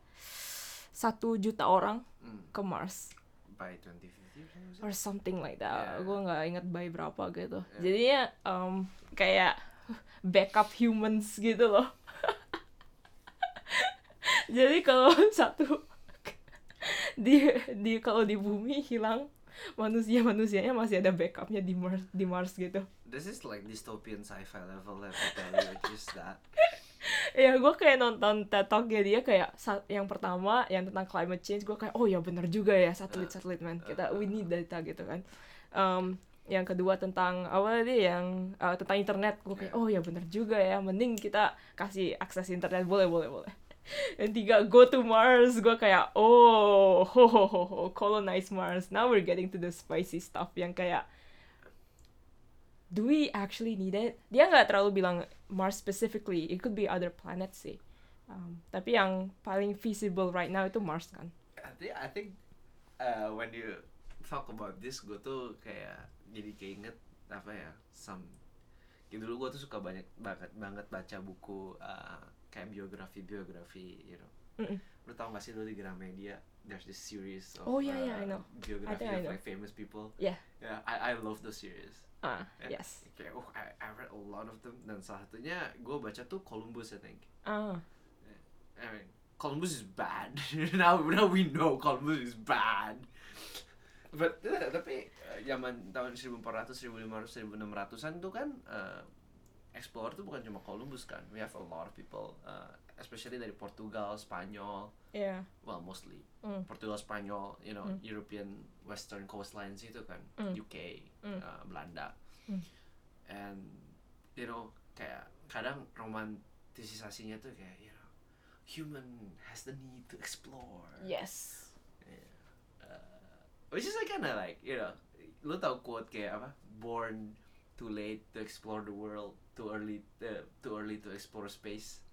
Speaker 2: satu juta orang
Speaker 1: Hmm.
Speaker 2: ke Mars
Speaker 1: by 2050 kan, was it?
Speaker 2: or something like that.
Speaker 1: Yeah.
Speaker 2: Gue nggak inget by berapa gitu. Jadinya um, kayak [LAUGHS] backup humans gitu loh. [LAUGHS] Jadi kalau [LAUGHS] satu di di kalau di bumi hilang manusia manusianya masih ada backupnya di Mars di Mars gitu. [LAUGHS]
Speaker 1: This is like dystopian sci-fi level let me tell you, which is that.
Speaker 2: ya gue kayak nonton TED Talk-nya dia kayak sa- yang pertama yang tentang climate change gue kayak oh ya bener juga ya satelit satelit man kita we need data gitu kan Em, yang kedua tentang apa tadi yang eh, tentang internet gue kayak oh ya bener juga ya mending kita kasih akses internet boleh [LAUGHS] boleh boleh and tiga go to Mars gue kayak oh ho ho ho ho colonize Mars now we're getting to the spicy stuff yang kayak do we actually need it dia nggak terlalu bilang Mars specifically it could be other planets sih um, tapi yang paling feasible right now itu Mars kan
Speaker 1: [LAUGHS] I think I think uh, when you talk about this gue tuh kayak jadi keinget apa ya some gitu dulu gue tuh suka banyak banget banget baca buku uh, kayak biografi biografi you know
Speaker 2: Mm-mm.
Speaker 1: lu tau gak sih dulu di Gramedia there's this series of
Speaker 2: Oh, yeah, yeah, I know. I
Speaker 1: biography
Speaker 2: think I
Speaker 1: of
Speaker 2: know.
Speaker 1: like famous people
Speaker 2: Yeah.
Speaker 1: yeah I I love those series
Speaker 2: ah
Speaker 1: Yeah.
Speaker 2: yes
Speaker 1: kayak oh I, I read a lot of them dan salah satunya gue baca tuh Columbus I think
Speaker 2: ah
Speaker 1: I mean, Columbus is bad. [LAUGHS] now, now we know Columbus is bad. But eh, tapi eh, zaman tahun 1400, 1500, 1600-an tuh kan eh, explorer tuh bukan cuma Columbus kan. We have a lot of people, eh, especially dari Portugal, Spanyol,
Speaker 2: yeah
Speaker 1: well mostly
Speaker 2: Mm.
Speaker 1: Portugal, Spanyol, you know,
Speaker 2: Mm.
Speaker 1: European Western coastlines itu kan,
Speaker 2: Mm.
Speaker 1: UK,
Speaker 2: Mm.
Speaker 1: eh, Belanda,
Speaker 2: Mm.
Speaker 1: and you know kayak kadang romantisasinya tuh kayak you know human has the need to explore, Uh,
Speaker 2: yes
Speaker 1: which is like kinda like you know lu tau quote kayak apa born too late to explore the world, too early eh, too early to explore space,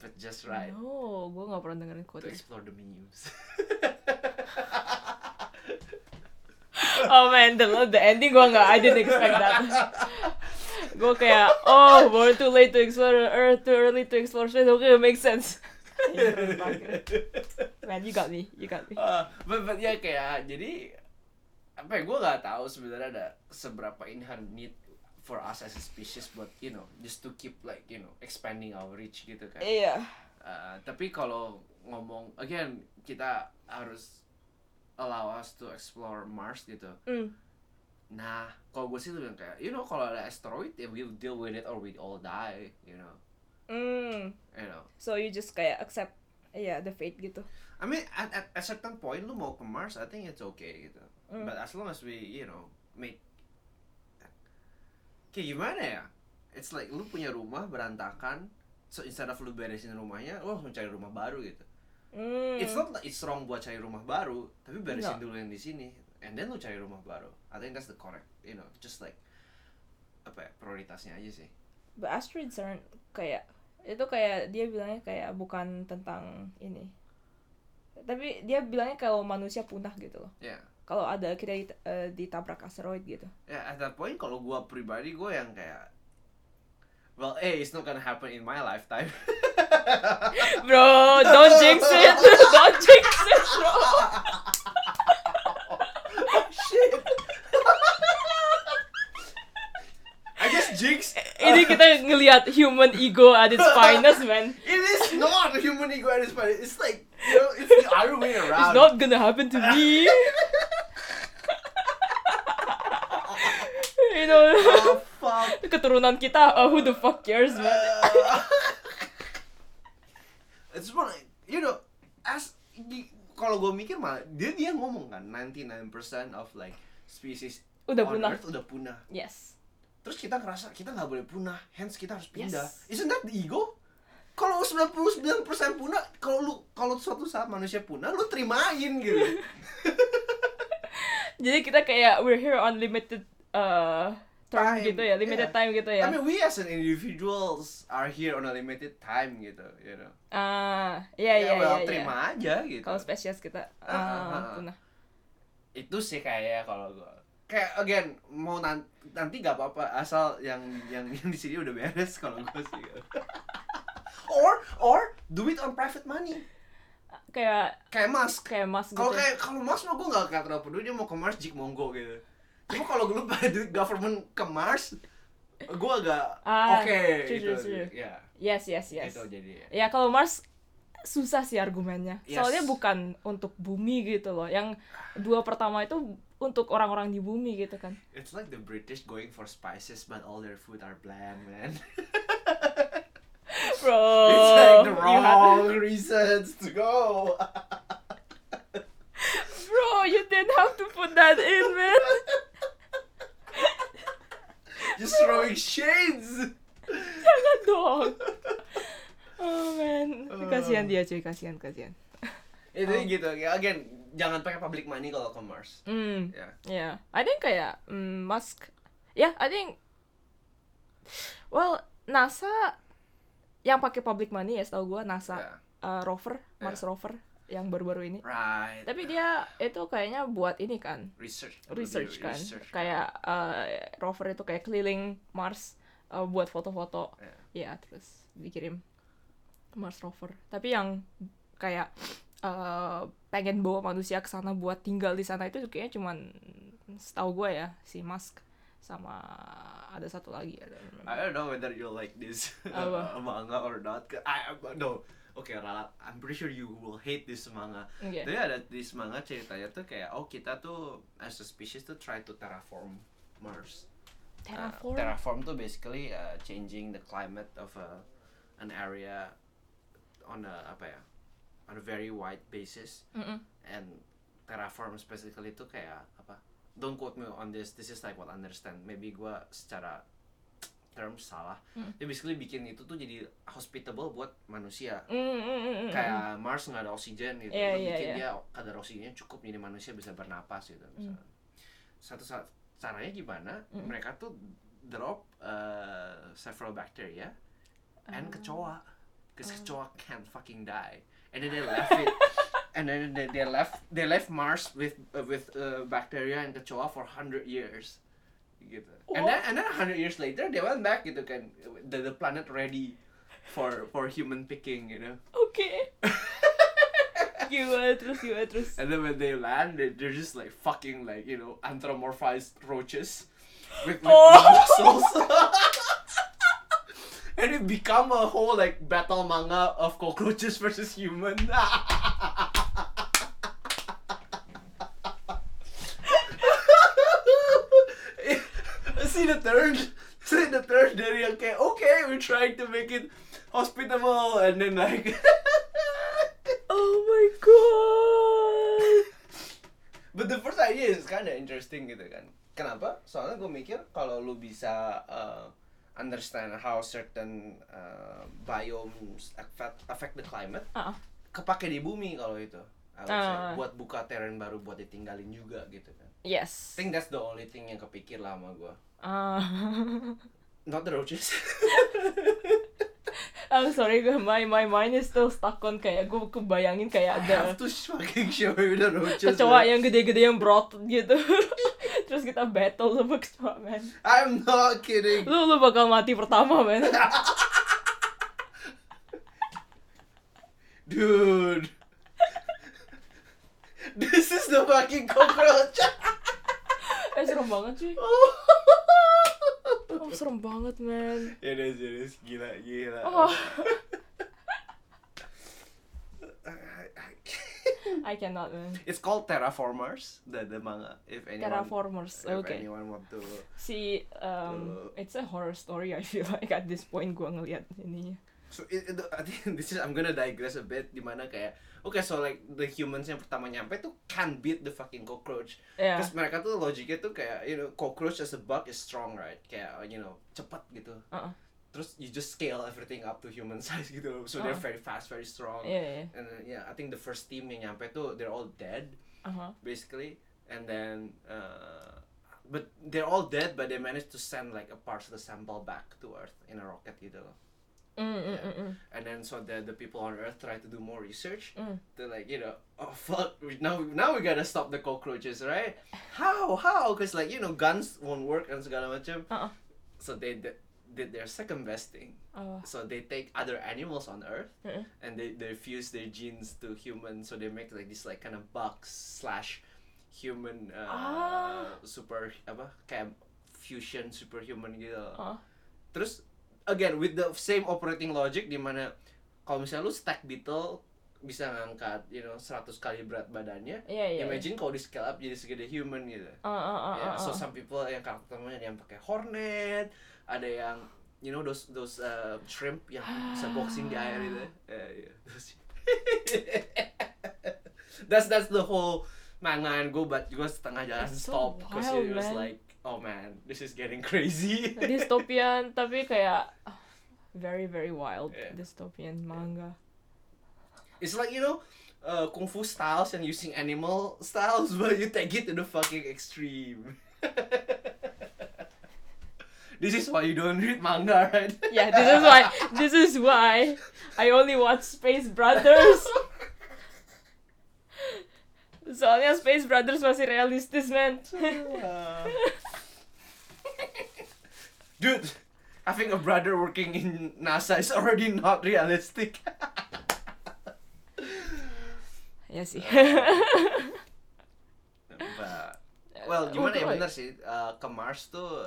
Speaker 1: but just right.
Speaker 2: no gue nggak pernah dengerin quote
Speaker 1: to
Speaker 2: itu.
Speaker 1: explore the [LAUGHS] menus.
Speaker 2: [LAUGHS] oh man the the ending gue nggak I didn't expect that
Speaker 1: [LAUGHS]
Speaker 2: gue kayak oh born too late to explore the earth too early to explore space okay makes
Speaker 1: [LAUGHS]
Speaker 2: sense Iya, man you got me you got me
Speaker 1: Uh, but, but ya kayak jadi apa ya gue nggak tahu sebenarnya ada seberapa inherent need for us as a species buat you know just to keep like you know expanding our reach gitu kan.
Speaker 2: iya
Speaker 1: Uh, tapi kalau ngomong again kita harus allow us to explore Mars gitu.
Speaker 2: mm.
Speaker 1: Nah, kalau gue sih lebih kayak you know kalau ada asteroid ya we'll deal with it or we all die, you know.
Speaker 2: Mm.
Speaker 1: You know.
Speaker 2: So you just kayak accept yeah the fate gitu.
Speaker 1: I mean, at, at a certain point lu mau ke Mars, I think it's okay gitu.
Speaker 2: Mm.
Speaker 1: But as long as we, you know, make kayak gimana ya? It's like lu punya rumah berantakan, so instead of lu beresin rumahnya, lu langsung cari rumah baru gitu.
Speaker 2: Mm.
Speaker 1: It's not that it's wrong buat cari rumah baru, tapi beresin
Speaker 2: Enggak.
Speaker 1: dulu yang di sini, and then lu cari rumah baru. I think that's the correct, you know, just like apa ya, prioritasnya aja sih.
Speaker 2: But asteroids aren't kayak itu kayak dia bilangnya kayak bukan tentang ini. Tapi dia bilangnya kalau manusia punah gitu loh.
Speaker 1: Ya,
Speaker 2: Kalau ada kita dit- eh, ditabrak asteroid gitu.
Speaker 1: ya at that point kalau gua pribadi gua yang kayak Well, eh, it's not gonna happen in my
Speaker 2: [LAUGHS]
Speaker 1: lifetime.
Speaker 2: Bro, don't jinx it.
Speaker 1: [LAUGHS]
Speaker 2: don't jinx it, bro.
Speaker 1: Shit. I guess Jinx.
Speaker 2: [LAUGHS]
Speaker 1: uh,
Speaker 2: Ini kita ngelihat human ego at its finest, man.
Speaker 1: It is not human ego at its finest. It's like you know, it's the other way
Speaker 2: It's
Speaker 1: around.
Speaker 2: not gonna happen to me. you know.
Speaker 1: [LAUGHS]
Speaker 2: [LAUGHS]
Speaker 1: Oh fuck.
Speaker 2: keturunan kita oh, who the fuck cares man
Speaker 1: Uh, it's more like you know as di- kalau gue mikir malah dia dia ngomong kan 99% of like species
Speaker 2: udah
Speaker 1: on
Speaker 2: punah
Speaker 1: Earth udah punah.
Speaker 2: yes
Speaker 1: Terus kita ngerasa kita nggak boleh punah, hence kita harus
Speaker 2: Yes.
Speaker 1: pindah. Isn't that the ego? Kalau 99% punah, kalau lu kalau suatu saat manusia punah, lu terimain
Speaker 2: [LAUGHS]
Speaker 1: gitu.
Speaker 2: jadi kita kayak we're here on limited uh
Speaker 1: Time,
Speaker 2: term gitu ya limited
Speaker 1: yeah.
Speaker 2: time gitu
Speaker 1: I
Speaker 2: ya
Speaker 1: mean, we as an individuals are here on a limited time gitu, you know. Ya,
Speaker 2: ah iya iya
Speaker 1: well,
Speaker 2: iya, iya
Speaker 1: terima aja gitu.
Speaker 2: kalau spesies kita ah
Speaker 1: Ah, ah, ah.
Speaker 2: punah
Speaker 1: Itu sih kayaknya kalau gua kayak again mau nan- nanti gak apa-apa asal yang yang yang di sini udah beres kalau gua sih. [LAUGHS] or or do it on private money.
Speaker 2: kayak
Speaker 1: Kayak mask.
Speaker 2: kayak mas gitu
Speaker 1: Kalau
Speaker 2: ya.
Speaker 1: kayak kalau Mars mah gue gak kayak terlalu peduli dia mau ke Mars jik monggo gitu. Cuma kalau lu bayar duit government ke Mars, gue agak
Speaker 2: Ah,
Speaker 1: oke
Speaker 2: true,
Speaker 1: gitu.
Speaker 2: true, true.
Speaker 1: Ya,
Speaker 2: yes yes yes
Speaker 1: itu jadi.
Speaker 2: ya kalau Mars susah sih argumennya
Speaker 1: Yes.
Speaker 2: soalnya bukan untuk bumi gitu loh yang dua pertama itu untuk orang-orang di bumi gitu kan
Speaker 1: It's like the British going for spices but all their food are bland, man. [LAUGHS]
Speaker 2: bro
Speaker 1: It's like the
Speaker 2: Oh, you had-
Speaker 1: wrong reasons to go.
Speaker 2: Bro, you didn't have to put that in, man. [LAUGHS]
Speaker 1: Just throwing shades.
Speaker 2: Jangan dong. Oh man,
Speaker 1: Oh,
Speaker 2: kasihan dia cuy kasihan kasihan
Speaker 1: [LAUGHS] itu
Speaker 2: Oh.
Speaker 1: gitu ya again jangan pakai public money kalau ke Mars
Speaker 2: hmm
Speaker 1: ya
Speaker 2: yeah I think kayak mm, Musk yeah I think well NASA yang pakai public money ya setahu gua NASA
Speaker 1: Ya.
Speaker 2: uh, rover Mars rover yang baru-baru ini
Speaker 1: right
Speaker 2: tapi dia itu kayaknya buat ini kan
Speaker 1: research
Speaker 2: research kan
Speaker 1: Research.
Speaker 2: kayak eh, rover itu kayak keliling Mars eh, buat foto-foto
Speaker 1: Ya.
Speaker 2: ya terus dikirim ke Mars rover tapi yang kayak eh, pengen bawa manusia ke sana buat tinggal di sana itu kayaknya cuman setahu gue ya si Musk sama ada satu lagi I don't remember.
Speaker 1: I don't know whether you like this
Speaker 2: Apa?
Speaker 1: [LAUGHS] manga or not. I I- no. Oke, Rara, I'm pretty sure you will hate this manga.
Speaker 2: Oke.
Speaker 1: Tapi ada this manga ceritanya tuh kayak oh kita tuh as a species tuh try to terraform Mars. Uh,
Speaker 2: Terraform
Speaker 1: terraform tuh basically uh, changing the climate of a, an area on a apa ya? On a very wide basis
Speaker 2: Mm-mm.
Speaker 1: and terraform specifically itu kayak apa don't quote me on this this is like what I understand maybe gua secara term salah
Speaker 2: Mm.
Speaker 1: dia basically bikin itu tuh jadi hospitable buat manusia
Speaker 2: Mm, mm, mm, mm, mm.
Speaker 1: kayak Mars nggak ada oksigen gitu Lu
Speaker 2: Iya, iya, Mm.
Speaker 1: bikin
Speaker 2: iya.
Speaker 1: dia kadar oksigennya cukup jadi manusia bisa bernapas gitu misalnya. satu saat caranya gimana
Speaker 2: Mm.
Speaker 1: mereka tuh drop uh, several bacteria
Speaker 2: Ah.
Speaker 1: and kecoa because kecoa can't fucking die and then they left
Speaker 2: [LAUGHS]
Speaker 1: it and then they, they left they left Mars with uh, with uh, bacteria and kecoa for 100 years gitu and then and then 100 years later they went back gitu kan the, the planet ready for for human picking you know
Speaker 2: oke
Speaker 1: [LAUGHS]
Speaker 2: gimana terus gimana terus
Speaker 1: And then when they land, they, they're just like fucking like you know anthropomorphized roaches with, with
Speaker 2: Oh.
Speaker 1: muscles. [LAUGHS] and it become a whole like battle manga of cockroaches versus human. [LAUGHS] See the third, see the third dari yang kayak okay, we're trying to make it hospitable, and then like. [LAUGHS]
Speaker 2: Oh my god.
Speaker 1: But the first idea is kind of interesting gitu kan. Kenapa? Soalnya gue mikir kalau lu bisa uh, understand how certain uh, biomes affect, affect the climate,
Speaker 2: Ah,
Speaker 1: kepake di bumi kalau itu. I would say.
Speaker 2: Ah.
Speaker 1: Buat buka terrain baru buat ditinggalin juga gitu kan. I
Speaker 2: yes.
Speaker 1: think that's the only thing yang kepikir lah sama gue.
Speaker 2: Ah. [LAUGHS]
Speaker 1: Not the roaches.
Speaker 2: I'm sorry, gue- my my mind is still stuck on kayak gue kebayangin kayak
Speaker 1: I
Speaker 2: ada
Speaker 1: have to fucking show you the roaches.
Speaker 2: kecoa
Speaker 1: man.
Speaker 2: ya. yang gede-gede yang berotot gitu. [LAUGHS] Terus kita battle sama kecoa, man.
Speaker 1: I'm not kidding.
Speaker 2: Lu lu bakal mati
Speaker 1: [LAUGHS]
Speaker 2: pertama, man. [LAUGHS]
Speaker 1: Dude. This is the fucking cockroach.
Speaker 2: Eh, serem banget cuy. Oh, serem banget, man.
Speaker 1: [LAUGHS] It is, it is. Gila, gila.
Speaker 2: Oh. I cannot, man.
Speaker 1: [LAUGHS] It's called Terraformers, the, the manga. If anyone,
Speaker 2: Terraformers.
Speaker 1: if
Speaker 2: Oke.
Speaker 1: anyone want to,
Speaker 2: Si um, it's a horror story I feel like at this point gue ngeliat ininya.
Speaker 1: so it, it- I think [LAUGHS] this is I'm gonna digress a bit. Dimana kayak, okay, so like the humans yang pertama nyampe tuh can beat the fucking cockroach.
Speaker 2: Ya.
Speaker 1: Terus mereka tuh logiknya tuh kayak, you know, cockroach as a bug is strong, right? Kayak, you know, cepat gitu.
Speaker 2: Uh-uh.
Speaker 1: Terus you just scale everything up to human [LAUGHS] size gitu. loh. So they're
Speaker 2: Uh-uh.
Speaker 1: very fast, very strong.
Speaker 2: Iya, iya.
Speaker 1: And then, yeah, I think the first team yang nyampe tuh they're all dead.
Speaker 2: Aha.
Speaker 1: basically and then uh, but they're all dead but they managed to send like a part of the sample back to earth in a rocket you know
Speaker 2: Mm, mm, mm, mm.
Speaker 1: and then so the, the people on earth try to do more research
Speaker 2: Mm.
Speaker 1: they're like you know oh fuck we, now now we gotta stop the cockroaches right how how because like you know guns won't work and segala macam
Speaker 2: Uh-uh.
Speaker 1: so they d- did their second best thing
Speaker 2: Oh.
Speaker 1: so they take other animals on earth
Speaker 2: Mm-mm.
Speaker 1: and they, they fuse their genes to human so they make like this like kind of box slash human uh,
Speaker 2: Ah.
Speaker 1: super apa kayak fusion superhuman gitu
Speaker 2: Ah.
Speaker 1: terus again with the same operating logic di mana kalau misalnya lu stack beetle bisa ngangkat you know 100 kali berat badannya
Speaker 2: Iya, iya.
Speaker 1: imagine kalau di scale up jadi segede human gitu
Speaker 2: Ah, ah, ah,
Speaker 1: Yeah,
Speaker 2: ah,
Speaker 1: so
Speaker 2: ah.
Speaker 1: some people yang karakternya ada yang pakai hornet, ada yang you know those those uh, shrimp yang
Speaker 2: Ah.
Speaker 1: bisa boxing di air itu. Ya, iya. Yeah, yeah. Those- [LAUGHS] that's that's the whole manga and go but gue setengah jalan
Speaker 2: It's so
Speaker 1: stop because
Speaker 2: wild,
Speaker 1: it was
Speaker 2: man.
Speaker 1: like oh man this is getting
Speaker 2: [LAUGHS]
Speaker 1: crazy.
Speaker 2: dystopian tapi kayak ah, very very wild
Speaker 1: Yeah.
Speaker 2: dystopian manga.
Speaker 1: [LAUGHS] It's like you know, uh, kung fu styles and using animal styles, but you take it to the fucking extreme. [LAUGHS] this is why you don't read manga, right? [LAUGHS]
Speaker 2: Yeah, this is why this is why I only watch Space
Speaker 1: [LAUGHS]
Speaker 2: Brothers. Soalnya Space Brothers masih realistis,
Speaker 1: [LAUGHS]
Speaker 2: man.
Speaker 1: Dude, having a brother working in NASA is already not realistic.
Speaker 2: ya sih.
Speaker 1: But, well, gimana ya bener sih eh, ke Mars tuh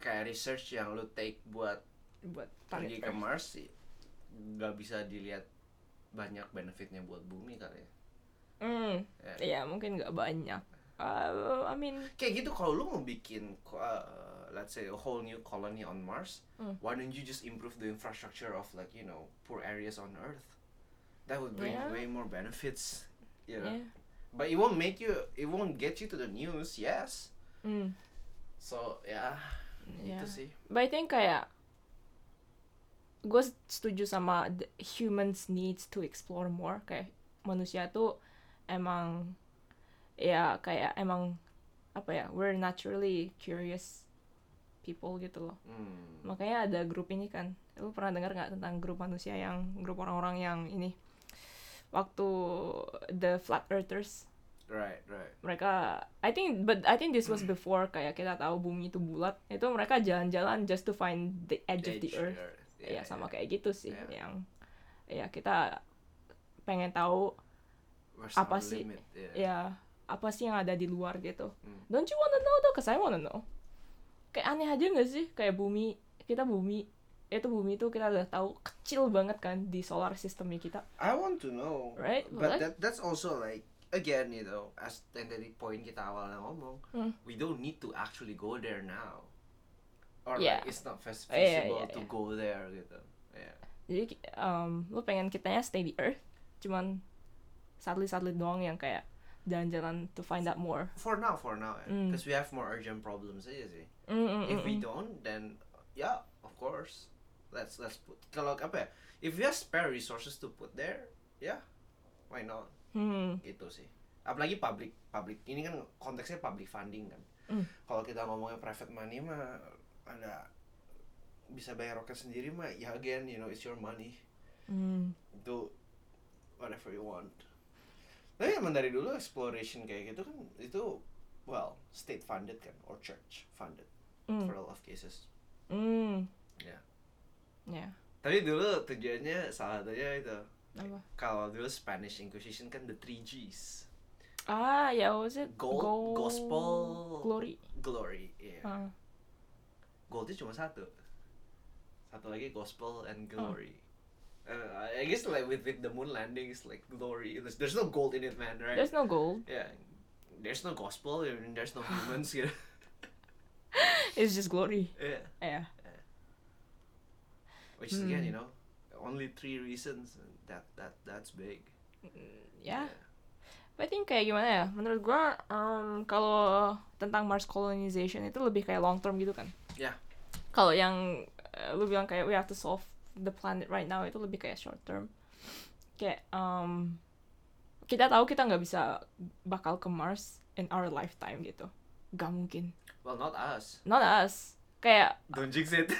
Speaker 1: kayak research yang lu take buat
Speaker 2: Buat
Speaker 1: pergi
Speaker 2: planet
Speaker 1: ke
Speaker 2: Earth.
Speaker 1: Mars sih nggak bisa dilihat banyak benefitnya buat bumi kali ya.
Speaker 2: Hmm,
Speaker 1: Ya.
Speaker 2: ya mungkin nggak banyak. Uh, I mean,
Speaker 1: Kayak gitu kalau lu mau bikin ko- uh, let's say a whole new colony on Mars,
Speaker 2: Hmm.
Speaker 1: why don't you just improve the infrastructure of like, you know, poor areas on Earth? That would bring
Speaker 2: Yeah.
Speaker 1: way more benefits, you know.
Speaker 2: yeah.
Speaker 1: But it won't make you it won't get you to the news, yes.
Speaker 2: Hmm,
Speaker 1: So, ya,
Speaker 2: yeah.
Speaker 1: itu sih.
Speaker 2: But I think kayak gue setuju sama the humans needs to explore more kayak manusia tuh emang ya kayak emang apa ya we're naturally curious people gitu loh
Speaker 1: Hmm.
Speaker 2: makanya ada grup ini kan lu pernah dengar nggak tentang grup manusia yang grup orang-orang yang ini waktu the flat earthers
Speaker 1: Right, right.
Speaker 2: mereka I think but I think this was before kayak kita tahu bumi itu bulat itu mereka jalan-jalan just to find the edge, of the
Speaker 1: Edge
Speaker 2: earth ya sama kayak gitu sih
Speaker 1: Yeah.
Speaker 2: yang ya kita pengen tahu
Speaker 1: Where's our
Speaker 2: apa sih?
Speaker 1: limit? Yeah.
Speaker 2: ya apa sih yang ada di luar gitu
Speaker 1: Hmm.
Speaker 2: don't you wanna know though cause I wanna know kayak aneh aja nggak sih kayak bumi kita bumi itu bumi itu kita udah tahu kecil banget kan di solar systemnya kita
Speaker 1: I want to know.
Speaker 2: Right,
Speaker 1: But
Speaker 2: right.
Speaker 1: that that's also like again, you know, as yang tadi poin kita awalnya ngomong,
Speaker 2: Hmm.
Speaker 1: we don't need to actually go there now. Or
Speaker 2: Yeah.
Speaker 1: like it's not feas-
Speaker 2: Oh, yeah,
Speaker 1: feasible
Speaker 2: yeah,
Speaker 1: to
Speaker 2: yeah.
Speaker 1: go there gitu. Yeah.
Speaker 2: jadi um, lu pengen kitanya stay di earth cuman satelit-satelit doang yang kayak jalan-jalan to find out more
Speaker 1: For now, for now,
Speaker 2: Mm.
Speaker 1: because we have more urgent problems aja sih.
Speaker 2: Mm, mm, mm,
Speaker 1: If we
Speaker 2: mm.
Speaker 1: don't, then yeah, of course, let's let's put kalau apa ya? If we have spare resources to put there, yeah, why not?
Speaker 2: Hmm,
Speaker 1: itu Gitu sih apalagi public public ini kan konteksnya public funding kan
Speaker 2: Mm.
Speaker 1: kalau kita ngomongnya private money mah ada bisa bayar roket sendiri mah ya again you know it's your money
Speaker 2: hmm.
Speaker 1: do whatever you want tapi emang dari dulu exploration kayak gitu kan itu well state funded kan or church funded
Speaker 2: Mm.
Speaker 1: for a lot of cases
Speaker 2: Hmm.
Speaker 1: Yeah.
Speaker 2: Yeah.
Speaker 1: tapi dulu tujuannya salah satunya itu
Speaker 2: Apa?
Speaker 1: kalau dulu Spanish Inquisition kan the three Gs
Speaker 2: Ah, yeah, what was it?
Speaker 1: Gold,
Speaker 2: Go-
Speaker 1: gospel.
Speaker 2: Glory.
Speaker 1: glory iya. yeah
Speaker 2: Ah.
Speaker 1: goldnya cuma satu satu lagi gospel and
Speaker 2: Oh。
Speaker 1: glory Uh, I guess like with, with the moon landing is like glory there's, there's no gold in it man right
Speaker 2: There's no gold.
Speaker 1: yeah there's no gospel and there's
Speaker 2: [SIGHS]
Speaker 1: no humans gitu
Speaker 2: It's just glory.
Speaker 1: yeah
Speaker 2: Yeah.
Speaker 1: which is again
Speaker 2: Hmm.
Speaker 1: you know only three reasons and that that that's big
Speaker 2: Yeah. But I think kayak gimana ya? Menurut gua um, kalau tentang Mars colonization itu lebih kayak long term gitu kan.
Speaker 1: Yeah.
Speaker 2: Kalau yang eh, lu bilang kayak we have to solve the planet right now itu lebih kayak short term. Kayak um, kita tahu kita nggak bisa bakal ke Mars in our lifetime gitu. Gak mungkin.
Speaker 1: well not us
Speaker 2: Not us. Kayak [LAUGHS]
Speaker 1: don't jinx [LAUGHS] it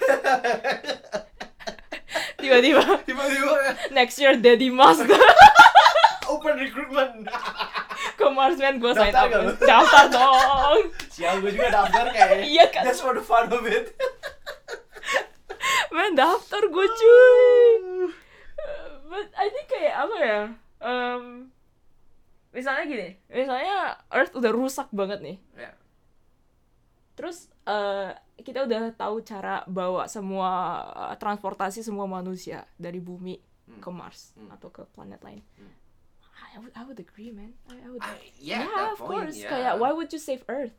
Speaker 2: tiba-tiba [LAUGHS]
Speaker 1: tiba-tiba
Speaker 2: next year Daddy Mas
Speaker 1: [LAUGHS]
Speaker 2: [LAUGHS]
Speaker 1: open recruitment
Speaker 2: ke Marsman gue sign
Speaker 1: Daftar
Speaker 2: up
Speaker 1: nggak lu?
Speaker 2: daftar
Speaker 1: [LAUGHS]
Speaker 2: dong
Speaker 1: sial gue juga daftar kayak
Speaker 2: Iya kan.
Speaker 1: just for the fun of it
Speaker 2: men daftar
Speaker 1: Ah.
Speaker 2: gue cuy Uh, but I think kayak apa ya um, misalnya gini misalnya Earth udah rusak banget nih
Speaker 1: [LAUGHS] yeah
Speaker 2: terus eh, kita udah tahu cara bawa semua eh, transportasi semua manusia dari bumi
Speaker 1: Hmm.
Speaker 2: ke Mars
Speaker 1: Hmm.
Speaker 2: atau ke planet lain
Speaker 1: Hmm.
Speaker 2: I, would, I would agree man I, I would
Speaker 1: I- yeah, at that
Speaker 2: of
Speaker 1: point,
Speaker 2: course
Speaker 1: yeah.
Speaker 2: kayak why would you save Earth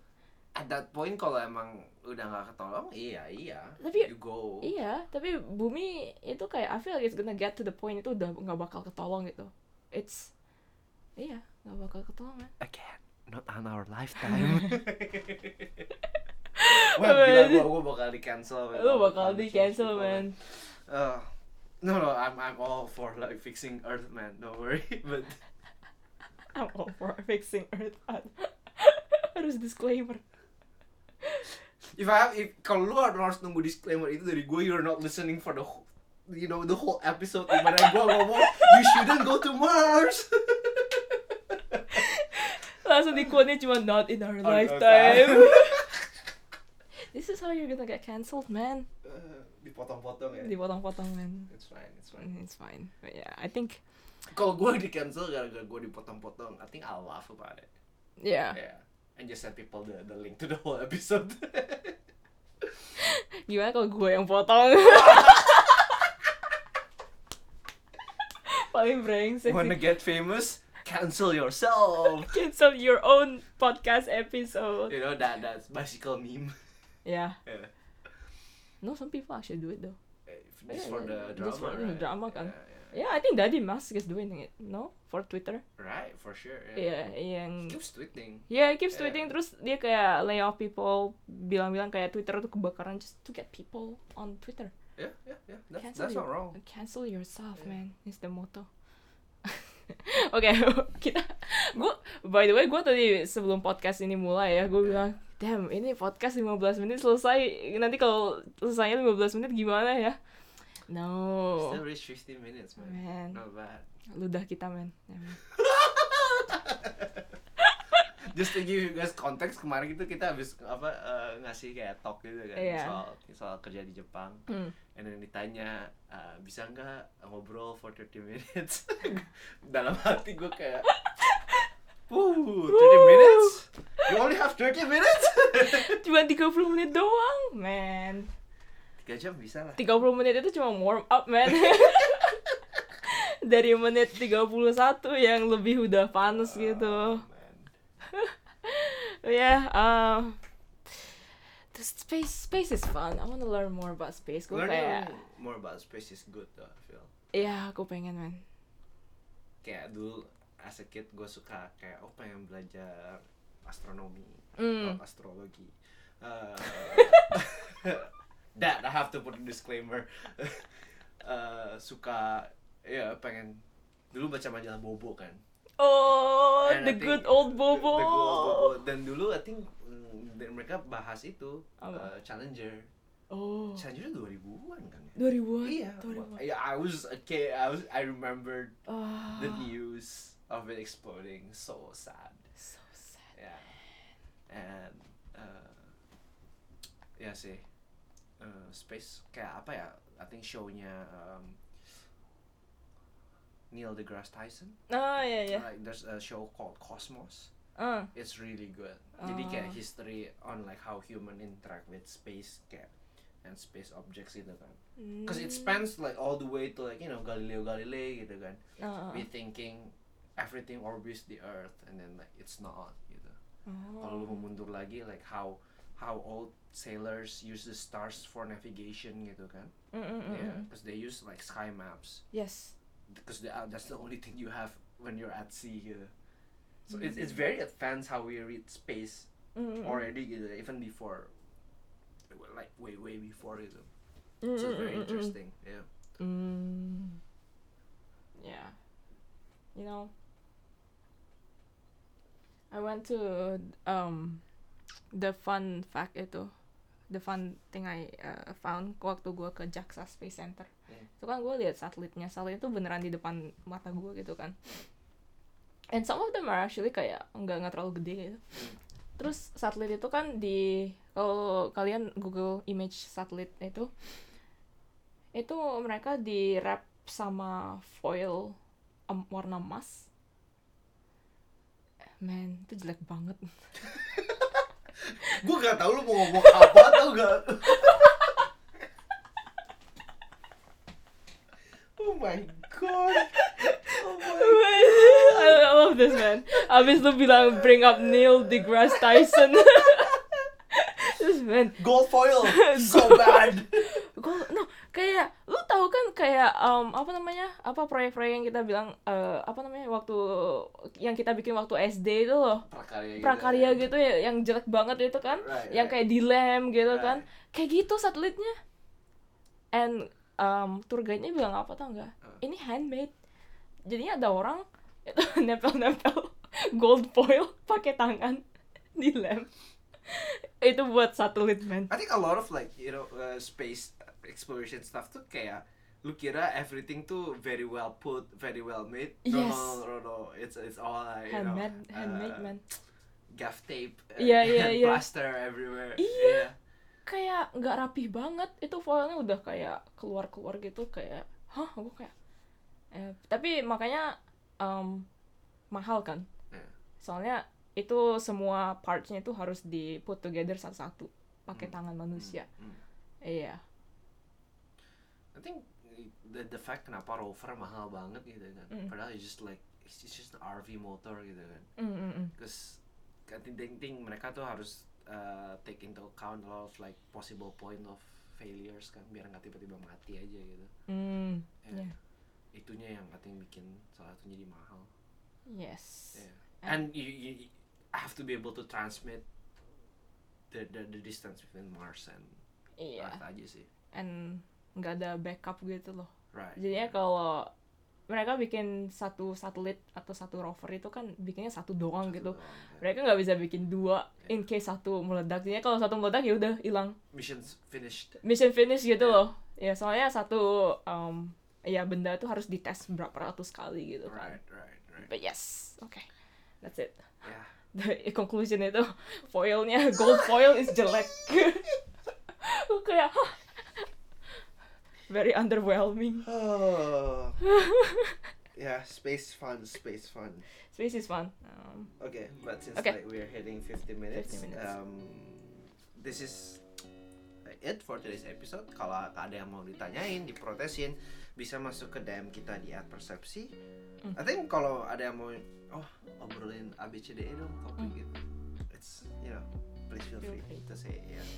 Speaker 1: at that point kalau emang udah nggak ketolong iya iya
Speaker 2: Tapi-
Speaker 1: you go
Speaker 2: Iya, tapi bumi itu kayak I feel like it's gonna get to the point itu udah nggak bakal ketolong gitu. It's iya nggak bakal ketolong kan.
Speaker 1: again not on our lifetime [LAUGHS]
Speaker 2: [LAUGHS]
Speaker 1: Wah, gila gua, gua bakal di cancel
Speaker 2: Oh, Lu bakal di cancel man.
Speaker 1: Eh, No, no, I'm I'm all for like fixing Earth, man. Don't worry. [LAUGHS] But
Speaker 2: I'm all for fixing Earth. [LAUGHS] Harus disclaimer.
Speaker 1: if I have, if kalau lu harus nunggu disclaimer itu dari gue, you're not listening for the, wh- you know, the whole episode. Dimana gue ngomong, you shouldn't go to Mars.
Speaker 2: [LAUGHS] Langsung di quote-nya cuma not in our
Speaker 1: Our
Speaker 2: [LAUGHS] lifetime. [LAUGHS]
Speaker 1: lifetime.
Speaker 2: This is how you're gonna get cancelled, man.
Speaker 1: [LAUGHS] Eh, Dipotong-potong ya.
Speaker 2: Dipotong-potong, man.
Speaker 1: It's fine, it's fine.
Speaker 2: It's fine. But yeah, I think
Speaker 1: Kalau gue di cancel gara-gara gue dipotong-potong, I think I'll laugh about it.
Speaker 2: yeah.
Speaker 1: Yeah. And just send people the, the link to the whole episode.
Speaker 2: Gimana kalau gue yang [LAUGHS] potong? Paling brengsek.
Speaker 1: [LAUGHS] [LAUGHS] Wanna
Speaker 2: sih.
Speaker 1: get famous? Cancel yourself. [LAUGHS]
Speaker 2: Cancel your own podcast episode.
Speaker 1: You know that that's bicycle meme.
Speaker 2: Yeah.
Speaker 1: Yeah.
Speaker 2: No, some people actually do it though.
Speaker 1: Eh, If- Just for the drama,
Speaker 2: Just for the
Speaker 1: right?
Speaker 2: drama kan.
Speaker 1: Yeah, yeah.
Speaker 2: Yeah, I think Daddy Mask is doing it. No, for Twitter.
Speaker 1: Right, for sure.
Speaker 2: Yeah,
Speaker 1: He
Speaker 2: yang
Speaker 1: keeps tweeting.
Speaker 2: Yeah, Iya, Ya, he keeps
Speaker 1: Yeah.
Speaker 2: tweeting terus dia kayak lay off people, bilang-bilang kayak Twitter tuh kebakaran just to get people on Twitter.
Speaker 1: Yeah, yeah, yeah. That's,
Speaker 2: Cancel
Speaker 1: that's
Speaker 2: you.
Speaker 1: not wrong.
Speaker 2: Cancel yourself,
Speaker 1: Yeah.
Speaker 2: man. Is the motto. [LAUGHS] Oke, [LAUGHS] kita gua by the way gua tadi sebelum podcast ini mulai ya, gua bilang, "Damn, ini podcast 15 menit selesai. Nanti kalau selesainya 15 menit gimana ya?" No.
Speaker 1: Still reach 50 minutes, man.
Speaker 2: Man,
Speaker 1: Not bad.
Speaker 2: ludah kita, man. Emang.
Speaker 1: Just to give you guys context, kemarin itu kita habis apa eh, ngasih kayak talk gitu kan
Speaker 2: Iya.
Speaker 1: soal soal kerja di Jepang.
Speaker 2: Hmm.
Speaker 1: And then ditanya eh, bisa nggak ngobrol for 30 minutes. [LAUGHS] Dalam hati gue kayak Woo, 30 minutes? You only have 30 minutes? [LAUGHS]
Speaker 2: Cuma 30 menit doang, man.
Speaker 1: 3 jam bisa lah.
Speaker 2: 30 menit itu cuma warm up, man. Dari menit 31 yang lebih udah panas
Speaker 1: Oh,
Speaker 2: gitu.
Speaker 1: man.
Speaker 2: Ya, yeah, um, the space space is fun. I wanna learn more about space. Gue kayak,
Speaker 1: Learning more about space is good though, I feel.
Speaker 2: ya, aku pengen man.
Speaker 1: Kayak dulu as a kid gue suka kayak oh pengen belajar astronomi
Speaker 2: Hmm.
Speaker 1: atau astrologi. Uh, [LAUGHS] that I have to put a disclaimer. [LAUGHS] Uh, suka ya pengen dulu baca majalah Bobo kan.
Speaker 2: Oh,
Speaker 1: And I
Speaker 2: the
Speaker 1: think
Speaker 2: good
Speaker 1: Eh,
Speaker 2: old
Speaker 1: the- the
Speaker 2: Bobo.
Speaker 1: good old Bobo. Dan dulu I think mm, dan mereka bahas itu
Speaker 2: Apa?
Speaker 1: uh, Challenger.
Speaker 2: Oh,
Speaker 1: Challenger 2000-an kan ya?
Speaker 2: 2000.
Speaker 1: Iya, wa- yeah, I was a kid. I was. I remembered
Speaker 2: Ah,
Speaker 1: the news of it exploding. So sad.
Speaker 2: so sad.
Speaker 1: Yeah. And uh, ya sih, uh, space kayak apa ya? I think show-nya um, Neil deGrasse Tyson.
Speaker 2: Ah, ya ya.
Speaker 1: Like there's a show called Cosmos.
Speaker 2: Ah,
Speaker 1: It's really good. Jadi kayak
Speaker 2: Ah.
Speaker 1: history on like how human interact with space kayak and space objects gitu kan. Cause it
Speaker 2: Hmm.
Speaker 1: spans like all the way to like you know Galileo Galilei gitu kan.
Speaker 2: Ah, ah.
Speaker 1: We thinking everything orbits the Earth and then like it's not gitu. Kalau lu
Speaker 2: Oh.
Speaker 1: mundur lagi like how how old sailors use the stars for navigation gitu kan.
Speaker 2: Mm, mm, mm,
Speaker 1: Yeah,
Speaker 2: mm.
Speaker 1: cause they use like sky maps
Speaker 2: Yes.
Speaker 1: because the, uh, that's the only thing you have when you're at sea gitu. So it's it's very advanced how we read space
Speaker 2: Mm, mm, mm.
Speaker 1: already gitu even before like way way before gitu.
Speaker 2: Mm,
Speaker 1: So it's very
Speaker 2: mm, mm, mm, mm.
Speaker 1: interesting. Yeah.
Speaker 2: Mm. Yeah. You know, I went to um the fun fact itu, the fun thing I uh, found waktu gua ke Jaksa Space Center.
Speaker 1: Hmm.
Speaker 2: Itu kan gua lihat satelitnya, satelit itu beneran di depan mata gua gitu kan. And some of them are actually kayak nggak nggak terlalu gede gitu. Terus satelit itu kan di kalau kalian Google image satelit itu itu mereka di wrap sama foil em- warna emas man itu jelek banget
Speaker 1: gue gak tau lu mau ngomong apa tau gak oh my god oh my
Speaker 2: [LAUGHS] I love this man abis lu bilang bring up Neil deGrasse Tyson [LAUGHS] this man
Speaker 1: gold foil so bad
Speaker 2: Gua- no kayak lu tahu kan kayak em, apa namanya apa proyek-proyek yang kita bilang eh, apa namanya waktu yang kita bikin waktu SD itu loh
Speaker 1: prakarya gitu
Speaker 2: prakarya gitu ya yang jelek banget itu kan
Speaker 1: Right,
Speaker 2: yang
Speaker 1: right.
Speaker 2: kayak dilem gitu
Speaker 1: Right.
Speaker 2: kan kayak gitu satelitnya and um, tour guide-nya bilang apa tau nggak?
Speaker 1: Ah.
Speaker 2: Ini handmade. Jadinya ada orang itu [LAUGHS] nempel-nempel gold foil pakai tangan [LAUGHS] di lem. itu buat satelit man.
Speaker 1: I think a lot of like you know uh, space exploration stuff tuh kayak lu kira everything tuh very well put, very well made. No,
Speaker 2: Yes.
Speaker 1: no, no, no, it's it's all uh, you
Speaker 2: Handmade,
Speaker 1: know,
Speaker 2: handmade
Speaker 1: uh,
Speaker 2: man.
Speaker 1: Gaff tape, uh,
Speaker 2: Iya, iya,
Speaker 1: and
Speaker 2: iya.
Speaker 1: plaster everywhere.
Speaker 2: Iya.
Speaker 1: Yeah.
Speaker 2: Kayak nggak rapih banget. Itu foilnya udah kayak keluar-keluar gitu kayak, hah, gue kayak. eh, tapi makanya um, mahal kan.
Speaker 1: Iya.
Speaker 2: Soalnya itu semua partsnya itu harus di put together satu-satu pakai tangan manusia.
Speaker 1: Hmm.
Speaker 2: Iya.
Speaker 1: I think the the fact kenapa rover mahal banget gitu kan.
Speaker 2: Mm.
Speaker 1: Padahal it's just like it's it's just an RV motor gitu kan.
Speaker 2: Mm, mm, mm.
Speaker 1: Cause kan I think, think- think mereka tuh harus uh, take into account a lot of like possible point of failures kan biar nggak tiba-tiba mati aja gitu.
Speaker 2: Mm,
Speaker 1: Yeah.
Speaker 2: Yeah.
Speaker 1: itunya yang I think bikin salah satunya jadi mahal.
Speaker 2: Yes.
Speaker 1: Yeah.
Speaker 2: And-
Speaker 1: And you, you you have to be able to transmit the the, the distance between Mars and
Speaker 2: Iya.
Speaker 1: Earth aja sih.
Speaker 2: And nggak ada backup gitu loh.
Speaker 1: Right.
Speaker 2: Jadinya kalau mereka bikin satu satelit atau satu rover itu kan bikinnya satu doang gitu.
Speaker 1: kan.
Speaker 2: Mereka nggak bisa bikin dua in case satu meledak. Jadinya kalau satu meledak ya udah hilang.
Speaker 1: Missions finished.
Speaker 2: Mission finish gitu
Speaker 1: Yeah.
Speaker 2: loh. Ya soalnya satu um, ya benda itu harus dites berapa ratus kali gitu kan.
Speaker 1: Right, right, right.
Speaker 2: But yes, okay. That's it. [LAUGHS]
Speaker 1: Yeah.
Speaker 2: The conclusion itu foilnya gold foil is jelek. [LAUGHS] Gue kayak "Hah?" very underwhelming.
Speaker 1: Oh. yeah, space fun, space fun.
Speaker 2: Space is fun. Um,
Speaker 1: Okay, but since
Speaker 2: Okay.
Speaker 1: like we're hitting 50 minutes,
Speaker 2: 50 minutes.
Speaker 1: um this is it for today's episode. Kalau ada yang mau ditanyain, diprotesin, bisa masuk ke DM kita di @persepsi.
Speaker 2: Mm.
Speaker 1: I think kalau ada yang mau oh obrolin ABCDE dong topik
Speaker 2: Mm.
Speaker 1: gitu. It's you know, please feel
Speaker 2: Feel
Speaker 1: free
Speaker 2: free.
Speaker 1: to say yeah.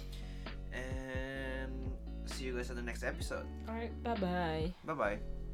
Speaker 1: And see you guys on the next episode.
Speaker 2: alright, bye bye.
Speaker 1: Bye bye.